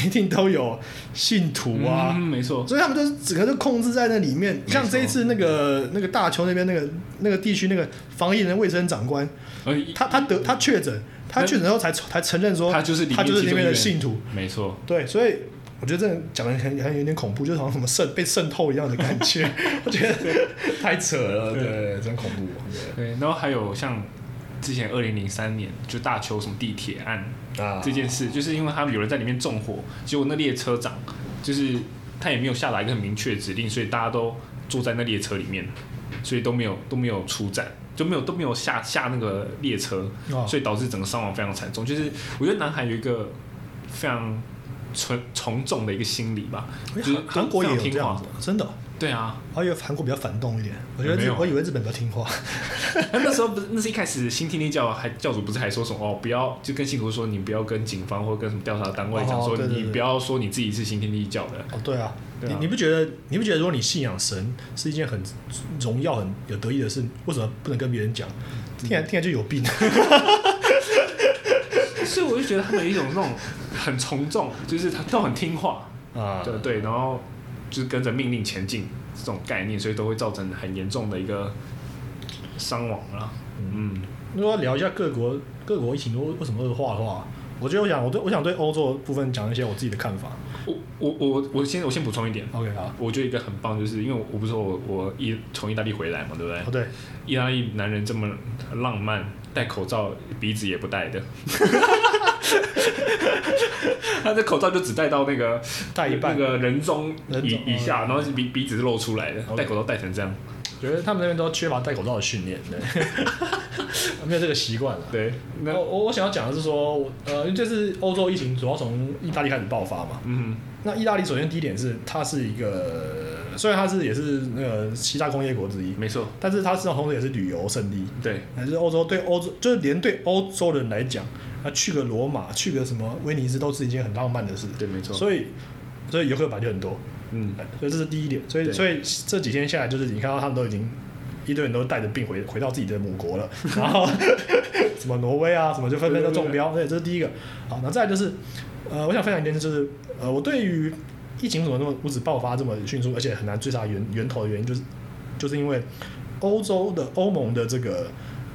Speaker 1: 一定都有信徒啊，
Speaker 2: 嗯没错，
Speaker 1: 所以他们就是整个就控制在那里面。
Speaker 2: 没错
Speaker 1: 像这一次那个那个大邱那边那个那个地区那个防疫的卫生长官，
Speaker 2: 呃，
Speaker 1: 他他得他确诊，他确诊后才才承认说
Speaker 2: 他就是里面
Speaker 1: 他就是
Speaker 2: 其
Speaker 1: 那
Speaker 2: 中一
Speaker 1: 边的
Speaker 2: 员
Speaker 1: 信徒。
Speaker 2: 没错，
Speaker 1: 对，所以我觉得这讲的很很有点恐怖，就是好像什么渗被渗透一样的感觉。 (laughs) 我觉得太扯了，
Speaker 2: 对
Speaker 1: 对，真恐怖。
Speaker 2: 对，然后还有像之前二零零三年就大邱什么地铁案
Speaker 1: 对啊，
Speaker 2: 这件事，就是因为他们有人在里面纵火，结果那列车长就是他也没有下达一个很明确的指令，所以大家都坐在那列车里面，所以都没有都没有出站，就没有都没有下下那个列车，
Speaker 1: 哦
Speaker 2: 所以导致整个伤亡非常惨重。就是我觉得南韩有一个非常从从众的一个心理吧，就是
Speaker 1: 哎韩韩国
Speaker 2: 非
Speaker 1: 也
Speaker 2: 常
Speaker 1: 有这
Speaker 2: 听
Speaker 1: 样
Speaker 2: 话
Speaker 1: 子，，真的哦。
Speaker 2: 对啊，
Speaker 1: 我以为韩国比较反动一点，我觉得
Speaker 2: 没
Speaker 1: 日
Speaker 2: 有
Speaker 1: 我以为日本比较听话。
Speaker 2: 那时候不是，那是一开始新天地教还教主不是还说什么哦，不要就跟信徒说你不要跟警方或跟什么调查单位讲
Speaker 1: 哦
Speaker 2: 说
Speaker 1: 对对
Speaker 2: 你
Speaker 1: 对
Speaker 2: 不要说你自己是新天地教的，
Speaker 1: 哦，对啊，
Speaker 2: 对啊
Speaker 1: 你你不觉得你不觉得如果你信仰神是一件很荣耀、很有得意的事，为什么不能跟别人讲？听起来听起来就有病。 (laughs)
Speaker 2: 所以我就觉得他们有一种那种很从众，就是他都很听话，
Speaker 1: 啊，
Speaker 2: 对对，然后就是跟着命令前进这种概念，所以都会造成很严重的一个伤亡啦。嗯，
Speaker 1: 如果要聊一下各国各国疫情都为什么恶化的话，我觉得我想我对我想对欧洲的部分讲一些我自己的看法。
Speaker 2: 我我我我先我先补充一点，
Speaker 1: OK 啊，
Speaker 2: 我觉得一个很棒，就是因为我我不是说我我意从意大利回来嘛，对不对
Speaker 1: 哦？对，
Speaker 2: 意大利男人这么浪漫，戴口罩鼻子也不戴的， (laughs) 他的口罩就只戴到那个
Speaker 1: 戴一半
Speaker 2: 那个人中
Speaker 1: 人中哦
Speaker 2: 以以下，然后是鼻鼻子是露出来的，
Speaker 1: OK
Speaker 2: 戴口罩戴成这样，
Speaker 1: 觉得他们那边都缺乏戴口罩的训练，对， (laughs) 没有这个习惯了。
Speaker 2: 对，那
Speaker 1: 那我我想要讲的是说，我呃，就是欧洲疫情主要从意大利开始爆发嘛。
Speaker 2: 嗯
Speaker 1: 那意大利首先第一点是，它是一个虽然它是也是那个七大工业国之一
Speaker 2: 哼，，没错，
Speaker 1: 但是它是同时也是旅游胜地，
Speaker 2: 对，
Speaker 1: 还是欧洲对欧洲，就是连对欧洲人来讲，啊，去个罗马，去个什么威尼斯，都是一件很浪漫的事。
Speaker 2: 对，没错，
Speaker 1: 所以，所以游客本来就很多，
Speaker 2: 嗯，
Speaker 1: 所以这是第一点。所以，
Speaker 2: 对
Speaker 1: 所以这几天下来，就是你看到他们都已经一堆人都带着病回回到自己的母国了， (laughs) 然后什么挪威啊，什么就纷纷都中标。对，这是第一个。好，那再来就是，呃，我想分享一件事，就是呃，我对于疫情怎么那么无止爆发这么迅速，而且很难追查源源头的原因，就是就是因为欧洲的欧盟的这个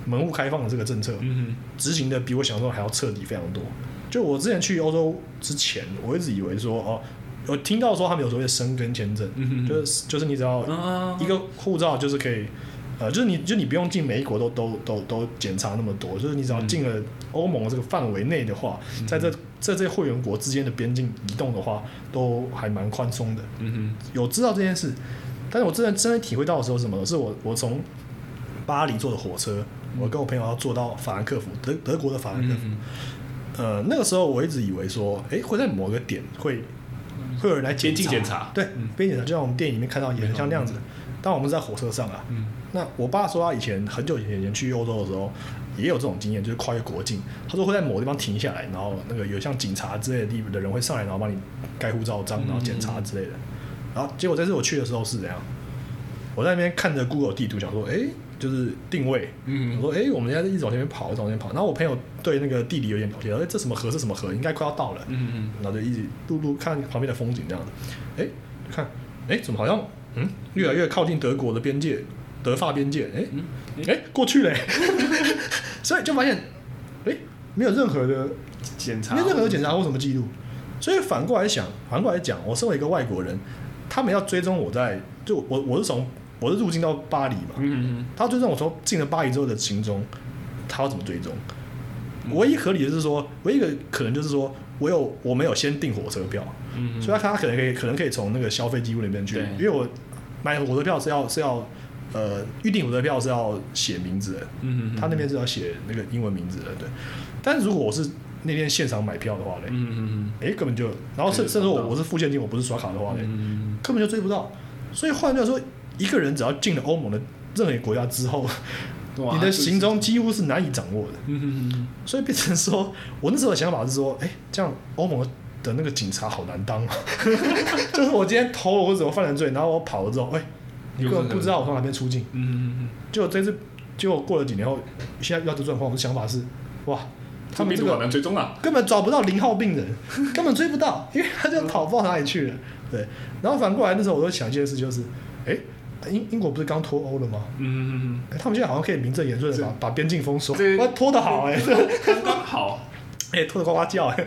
Speaker 1: 门户开放的这个政策，
Speaker 2: 嗯
Speaker 1: 执行的比我想象中还要彻底非常多。就我之前去欧洲之前，我一直以为说哦，我听到说他们有所谓的生根签证，
Speaker 2: 嗯哼
Speaker 1: 就是就是你只要
Speaker 2: 哼，啊
Speaker 1: 一个护照就是可以，呃，就是你就你不用进每一国都都都都检查那么多，就是你只要进了欧盟这个范围内的话，
Speaker 2: 嗯
Speaker 1: 在这在这会员国之间的边境移动的话，都还蛮宽松的。
Speaker 2: 嗯
Speaker 1: 有知道这件事，但是我真的真的体会到的时候是什么呢？是我我从巴黎坐的火车，我跟我朋友要坐到法兰克福，德德国的法
Speaker 2: 哼，
Speaker 1: 兰克福。
Speaker 2: 嗯
Speaker 1: 呃，那个时候我一直以为说，诶，会在某个点会会有人来
Speaker 2: 边境嗯检
Speaker 1: 检
Speaker 2: 查
Speaker 1: 对
Speaker 2: 嗯，
Speaker 1: 边境检查就像我们电影里面看到也很像那样子
Speaker 2: 没。
Speaker 1: 但我们是在火车上啊，
Speaker 2: 嗯
Speaker 1: 那我爸说他以前很久以前去欧洲的时候，也有这种经验，就是跨越国境。他说会在某个地方停下来，然后那个有像警察之类的地的人会上来，然后帮你盖护照章，然后
Speaker 2: 嗯
Speaker 1: 检查之类的。然后结果这次我去的时候是怎样？我在那边看着 Google 地图，想说，哎、就是定位。
Speaker 2: 嗯
Speaker 1: 我说，哎、我们现在一直往前面跑，一直往前面跑。然后我朋友对那个地理有点了解，哎、这什么河，这什么河，应该快要到了。
Speaker 2: 嗯
Speaker 1: 然后就一直路路看旁边的风景这样子，哎，看，哎，怎么好像嗯越来越靠近德国的边界，德法边界，哎
Speaker 2: 嗯嗯，
Speaker 1: 哎过去嘞， (laughs) 所以就发现，哎，没有任何的
Speaker 2: 检查
Speaker 1: 没有任何的检查或什么记录，所以反过来想，反过来讲，我身为一个外国人，他们要追踪我在就我我是从我是入境到巴黎嘛，
Speaker 2: 嗯
Speaker 1: 他追踪我从进了巴黎之后的行踪，他要怎么追踪？
Speaker 2: 嗯
Speaker 1: 唯一合理的是说，唯一一个可能就是说我有我没有先订火车票，
Speaker 2: 嗯嗯，
Speaker 1: 所以他他可能可以可能可以从那个消费记录里面去
Speaker 2: 对，
Speaker 1: 因为我买火车票是要是要呃预订火车票是要写名字的，
Speaker 2: 嗯
Speaker 1: 他那边是要写那个英文名字的，对。但如果我是那天现场买票的话嘞，
Speaker 2: 嗯嗯
Speaker 1: 诶，根本就，然后甚
Speaker 2: 对
Speaker 1: 甚至
Speaker 2: 找不
Speaker 1: 我
Speaker 2: 到
Speaker 1: 我是付现金，我不是刷卡的话嘞，
Speaker 2: 嗯
Speaker 1: 根本就追不到。所以换句话说，一个人只要进了欧盟的任何一个国家之后，
Speaker 2: 哇
Speaker 1: 你的行踪几乎是难以掌握的。
Speaker 2: 嗯嗯
Speaker 1: 所以变成说，我那时候的想法是说，哎、这样欧盟的那个警察好难
Speaker 2: (laughs)
Speaker 1: 当啊，就是我今天偷了或者我犯了罪，然后我跑了之后，哎、你根本不知道我从哪边出境。
Speaker 2: 嗯嗯
Speaker 1: 结果这次，结果过了几年后，现在遇到这状况，我的想法是，哇，
Speaker 2: 嗯，
Speaker 1: 他们这
Speaker 2: 这个好
Speaker 1: 个
Speaker 2: 难追踪啊，
Speaker 1: 根本找不到零号病人， (laughs) 根本追不到，因为他就跑不知道哪里去了。对，然后反过来那时候我就想一件事，就是，哎、英英国不是刚脱欧了吗？
Speaker 2: 嗯嗯
Speaker 1: 哎他们现在好像可以名正言顺的把把边境封锁
Speaker 2: 这，
Speaker 1: 哇，拖得好哎、
Speaker 2: 嗯，刚刚好。
Speaker 1: 哎、 (laughs) 拖得呱呱叫哎、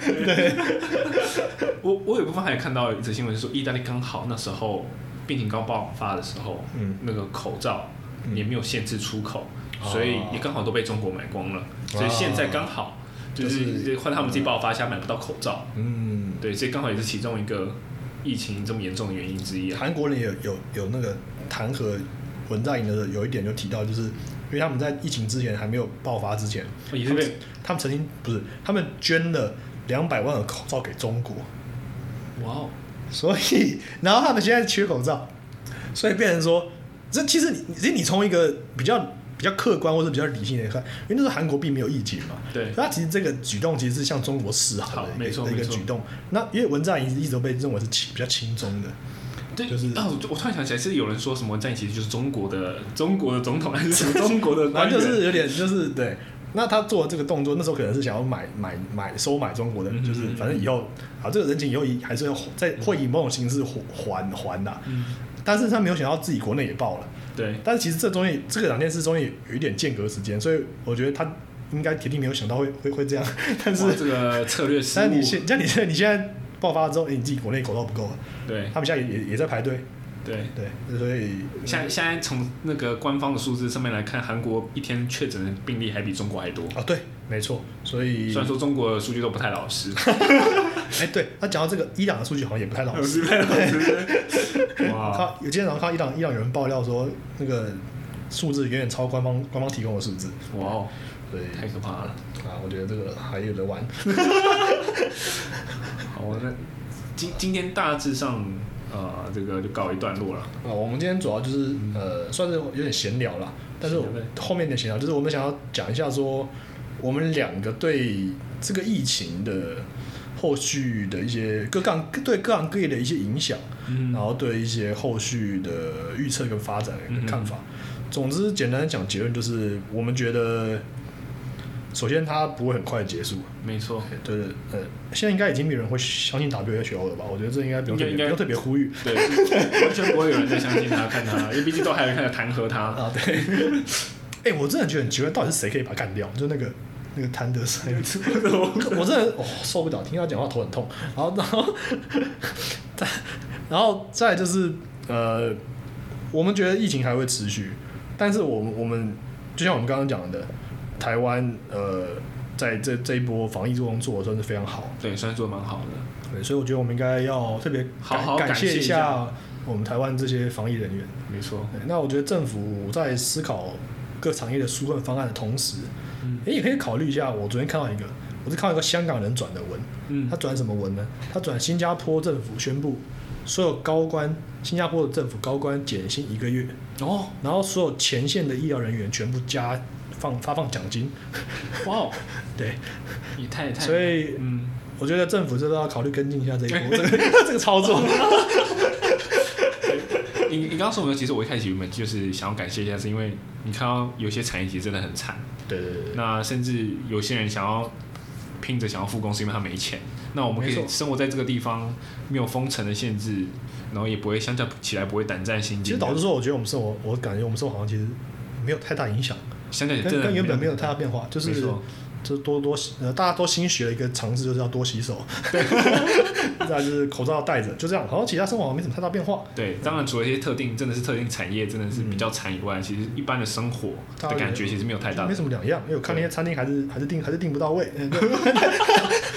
Speaker 2: 我我有部分还看到一则新闻，是说意大利刚好那时候病情刚爆发的时候，
Speaker 1: 嗯
Speaker 2: 那个口罩也没有限制出口，
Speaker 1: 哦
Speaker 2: 所以也刚好都被中国买光了，所以现在刚好就
Speaker 1: 就是
Speaker 2: 是换他们自己爆发下买不到口罩，
Speaker 1: 嗯，
Speaker 2: 对，所以刚好也是其中一个疫情这么严重的原因之一啊。
Speaker 1: 韩国人也有有有那个弹劾文在寅的有一点就提到，就是因为他们在疫情之前还没有爆发之前，
Speaker 2: 哦也
Speaker 1: 他
Speaker 2: 是
Speaker 1: 们
Speaker 2: 被
Speaker 1: 他们曾经不是他们捐了两百万的口罩给中国，
Speaker 2: 哇哦，
Speaker 1: 所以然后他们现在缺口罩，所以变成说，这其实你其实你从一个比较比较客观或者比较理性的看，因为那时候韩国并没有疫情嘛，所
Speaker 2: 对
Speaker 1: 以他其实这个举动其实是向中国示好
Speaker 2: 好
Speaker 1: 的一
Speaker 2: 没
Speaker 1: 个
Speaker 2: 错
Speaker 1: 的一个
Speaker 2: 没错
Speaker 1: 举动。那因为文在寅一直都被认为是轻比较轻松的，
Speaker 2: 对，
Speaker 1: 就是
Speaker 2: 啊，我我突然想起来，是有人说什么文在寅其实就是中国的中国的总统，还
Speaker 1: (laughs)
Speaker 2: 是什么中国的
Speaker 1: 反
Speaker 2: 官
Speaker 1: 正
Speaker 2: 员？
Speaker 1: 就是有点就是对。那他做这个动作，那时候可能是想要买买买收买中国的，
Speaker 2: 嗯
Speaker 1: 就是
Speaker 2: 嗯
Speaker 1: 反正以后啊，这个人情以后还是要在会以某种形式还还的、
Speaker 2: 嗯，
Speaker 1: 但是他没有想到自己国内也爆了。
Speaker 2: 对，
Speaker 1: 但是其实这东西，这个两件事中间有一点间隔时间，所以我觉得他应该铁定没有想到会会会
Speaker 2: (laughs)
Speaker 1: 这样。但
Speaker 2: 哇
Speaker 1: 是，
Speaker 2: 这个策略失
Speaker 1: 但是你
Speaker 2: 误，
Speaker 1: 现，但你现在你现在爆发了之后，哎你自己国内口罩不够了，
Speaker 2: 对
Speaker 1: 他们现在也也也在排队，
Speaker 2: 对。
Speaker 1: 对，所以
Speaker 2: 现现在从那个官方的数字上面来看，韩国一天确诊的病例还比中国还多。
Speaker 1: 啊对，没错，所以
Speaker 2: 虽然说中国的数据都不太老实，
Speaker 1: 哎对，他讲到这个伊朗的数据好像也不太老
Speaker 2: 老
Speaker 1: 实。
Speaker 2: 实不太老实。
Speaker 1: 我
Speaker 2: 哇，
Speaker 1: 看有今天早上看到伊朗伊朗有人爆料说那个数字远远超官方官方提供的数字，
Speaker 2: 哇哦，
Speaker 1: 对
Speaker 2: 太可怕了。
Speaker 1: 啊，我觉得这个还有得玩。
Speaker 2: 好，那今今天大致上呃，这个就告一段落了。
Speaker 1: 啊，我们今天主要就是呃，算是有点闲聊啦，但是我
Speaker 2: 嗯闲聊对
Speaker 1: 后面的闲聊就是我们想要讲一下说，我们两个对这个疫情的后续的一些各杠对各行各业的一些影响，
Speaker 2: 嗯
Speaker 1: 然后对一些后续的预测跟发展的看
Speaker 2: 嗯
Speaker 1: 法。总之，简单地讲结论就是，我们觉得，首先它不会很快结束，
Speaker 2: 没错，
Speaker 1: 对对呃，现在应该已经没有人会相信 WHO 了吧？我觉得这应该不用特别不
Speaker 2: 应该应该
Speaker 1: 用特别呼吁。
Speaker 2: 对，完全不会有人再相信他、 (laughs) 看他，因为毕竟都还有人看弹劾他。
Speaker 1: 啊，对。 (laughs) 哎、我真的觉得很奇怪，到底是谁可以把他干掉？就那个那个谭德赛，我真的哦受不了，听他讲话头很痛。然后然后再然后再来就是呃，我们觉得疫情还会持续，但是我们我们就像我们刚刚讲的，台湾呃在这这一波防疫工作真的非常好，
Speaker 2: 对，虽然做得蛮好的，
Speaker 1: 对，所以我觉得我们应该要特别感
Speaker 2: 好好感
Speaker 1: 谢
Speaker 2: 谢
Speaker 1: 一
Speaker 2: 一
Speaker 1: 下
Speaker 2: 下
Speaker 1: 我们台湾这些防疫人员。
Speaker 2: 没错。
Speaker 1: 对那我觉得政府在思考各产业的纾困方案的同时，
Speaker 2: 嗯
Speaker 1: 诶也可以考虑一下。我昨天看到一个，我是看到一个香港人转的文，
Speaker 2: 嗯
Speaker 1: 他，转什么文呢？他转新加坡政府宣布，所有高官，新加坡的政府高官减薪一个月，
Speaker 2: 哦，
Speaker 1: 然后所有前线的医疗人员全部加放发放奖金。
Speaker 2: 哇哦，
Speaker 1: 对，
Speaker 2: 也太太，
Speaker 1: 所以
Speaker 2: 嗯，
Speaker 1: 我觉得政府这都要考虑跟进一下这一波
Speaker 2: (laughs)
Speaker 1: 这个这个操作。
Speaker 2: 你你刚刚说我们，其实我一开始原本就是想要感谢一下，是因为你看到有些产业其实真的很惨，
Speaker 1: 对对对对，
Speaker 2: 那甚至有些人想要拼着想要复工，是因为他没钱。那我们可
Speaker 1: 没错
Speaker 2: 以生活在这个地方，没有封城的限制，然后也不会相较起来不会胆战心
Speaker 1: 其
Speaker 2: 惊
Speaker 1: 实
Speaker 2: 的。
Speaker 1: 导致说，我觉得我们生活，我感觉我们生活好像其实没有太大影响。
Speaker 2: 相较起来
Speaker 1: 跟
Speaker 2: 真的
Speaker 1: 跟原本没有太大变化，就是
Speaker 2: 没错
Speaker 1: 就是多多呃，大家都新学了一个常识，就是要多洗手。对， (laughs) 再来就是口罩戴着，就这样。然后其他生活好像没什么太大变化，
Speaker 2: 对，当然除了一些特定真的是特定产业真的
Speaker 1: 嗯
Speaker 2: 是比较惨以外，其实一般的生活
Speaker 1: 大家
Speaker 2: 的感觉其实没有太大
Speaker 1: 没
Speaker 2: 的。
Speaker 1: 什么两样。因为我看那些餐厅还是还是订还是订不到
Speaker 2: (laughs)
Speaker 1: 位。嗯对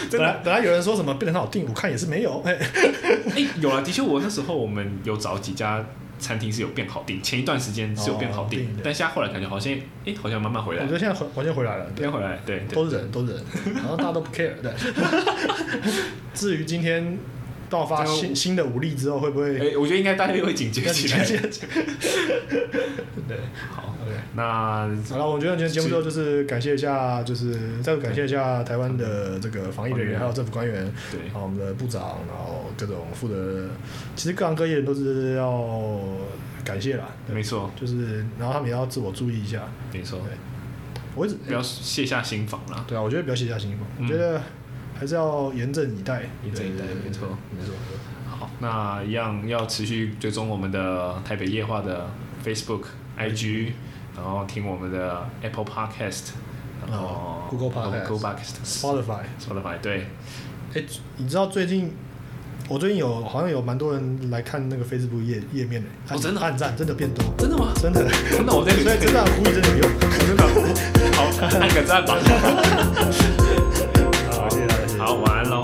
Speaker 2: 真
Speaker 1: 本来
Speaker 2: 的，
Speaker 1: 本来有人说什么变得很好订，我看也是没有。哎，
Speaker 2: 哎、有啊，的确，我那时候我们有找几家餐厅是有变好订，前一段时间是有变好
Speaker 1: 哦
Speaker 2: 订，
Speaker 1: 对对
Speaker 2: 但现在后来感觉好像，哎、好像慢慢回
Speaker 1: 我
Speaker 2: 来
Speaker 1: 觉，得现在回完全回来了，对，
Speaker 2: 变回来，对，对
Speaker 1: 都是人都是人，然后大家都不 care。对，
Speaker 2: (laughs)
Speaker 1: 至于今天爆发
Speaker 2: 就
Speaker 1: 新新的武力之后会不
Speaker 2: 哎、
Speaker 1: 会？
Speaker 2: 我觉得应该大家会警觉起来。
Speaker 1: (laughs) 对，
Speaker 2: 好，
Speaker 1: OK。
Speaker 2: 那
Speaker 1: 好了，我觉得今天节目最后就是感谢一下，就是再度感谢一下台湾的这个防疫人员，还有政府官员，
Speaker 2: 对
Speaker 1: 然后我们的部长，然后各种负责，其实各行各业人都是要感谢啦，
Speaker 2: 没错，
Speaker 1: 就是然后他们也要自我注意一下。
Speaker 2: 没错，
Speaker 1: 我一直
Speaker 2: 不要卸下心防啦。
Speaker 1: 对啊，我觉得不要卸下心防，
Speaker 2: 嗯
Speaker 1: 我觉得还是要严阵以待，
Speaker 2: 严阵以待
Speaker 1: 对
Speaker 2: 没错
Speaker 1: 没错。
Speaker 2: 好，那一样要持续追踪我们的台北夜话的 Facebook、IG，然后听我们的 Apple Podcast，然后
Speaker 1: 啊，Google Podcast
Speaker 2: 哦 Google Podcast、
Speaker 1: Spotify，
Speaker 2: Spotify，对，
Speaker 1: 哎、你知道最近我最近有好像有蛮多人来看那个 Facebook 页页面的、
Speaker 2: 哦真的
Speaker 1: 暗赞真的变多，
Speaker 2: 真的吗？
Speaker 1: 真
Speaker 2: (laughs)
Speaker 1: 的。
Speaker 2: 真的，我
Speaker 1: (laughs)
Speaker 2: 在
Speaker 1: 所以真的呼吁真的有用。
Speaker 2: 真的，好，按个赞吧。
Speaker 1: 好，谢谢大家，谢谢。
Speaker 2: 好，晚安喽。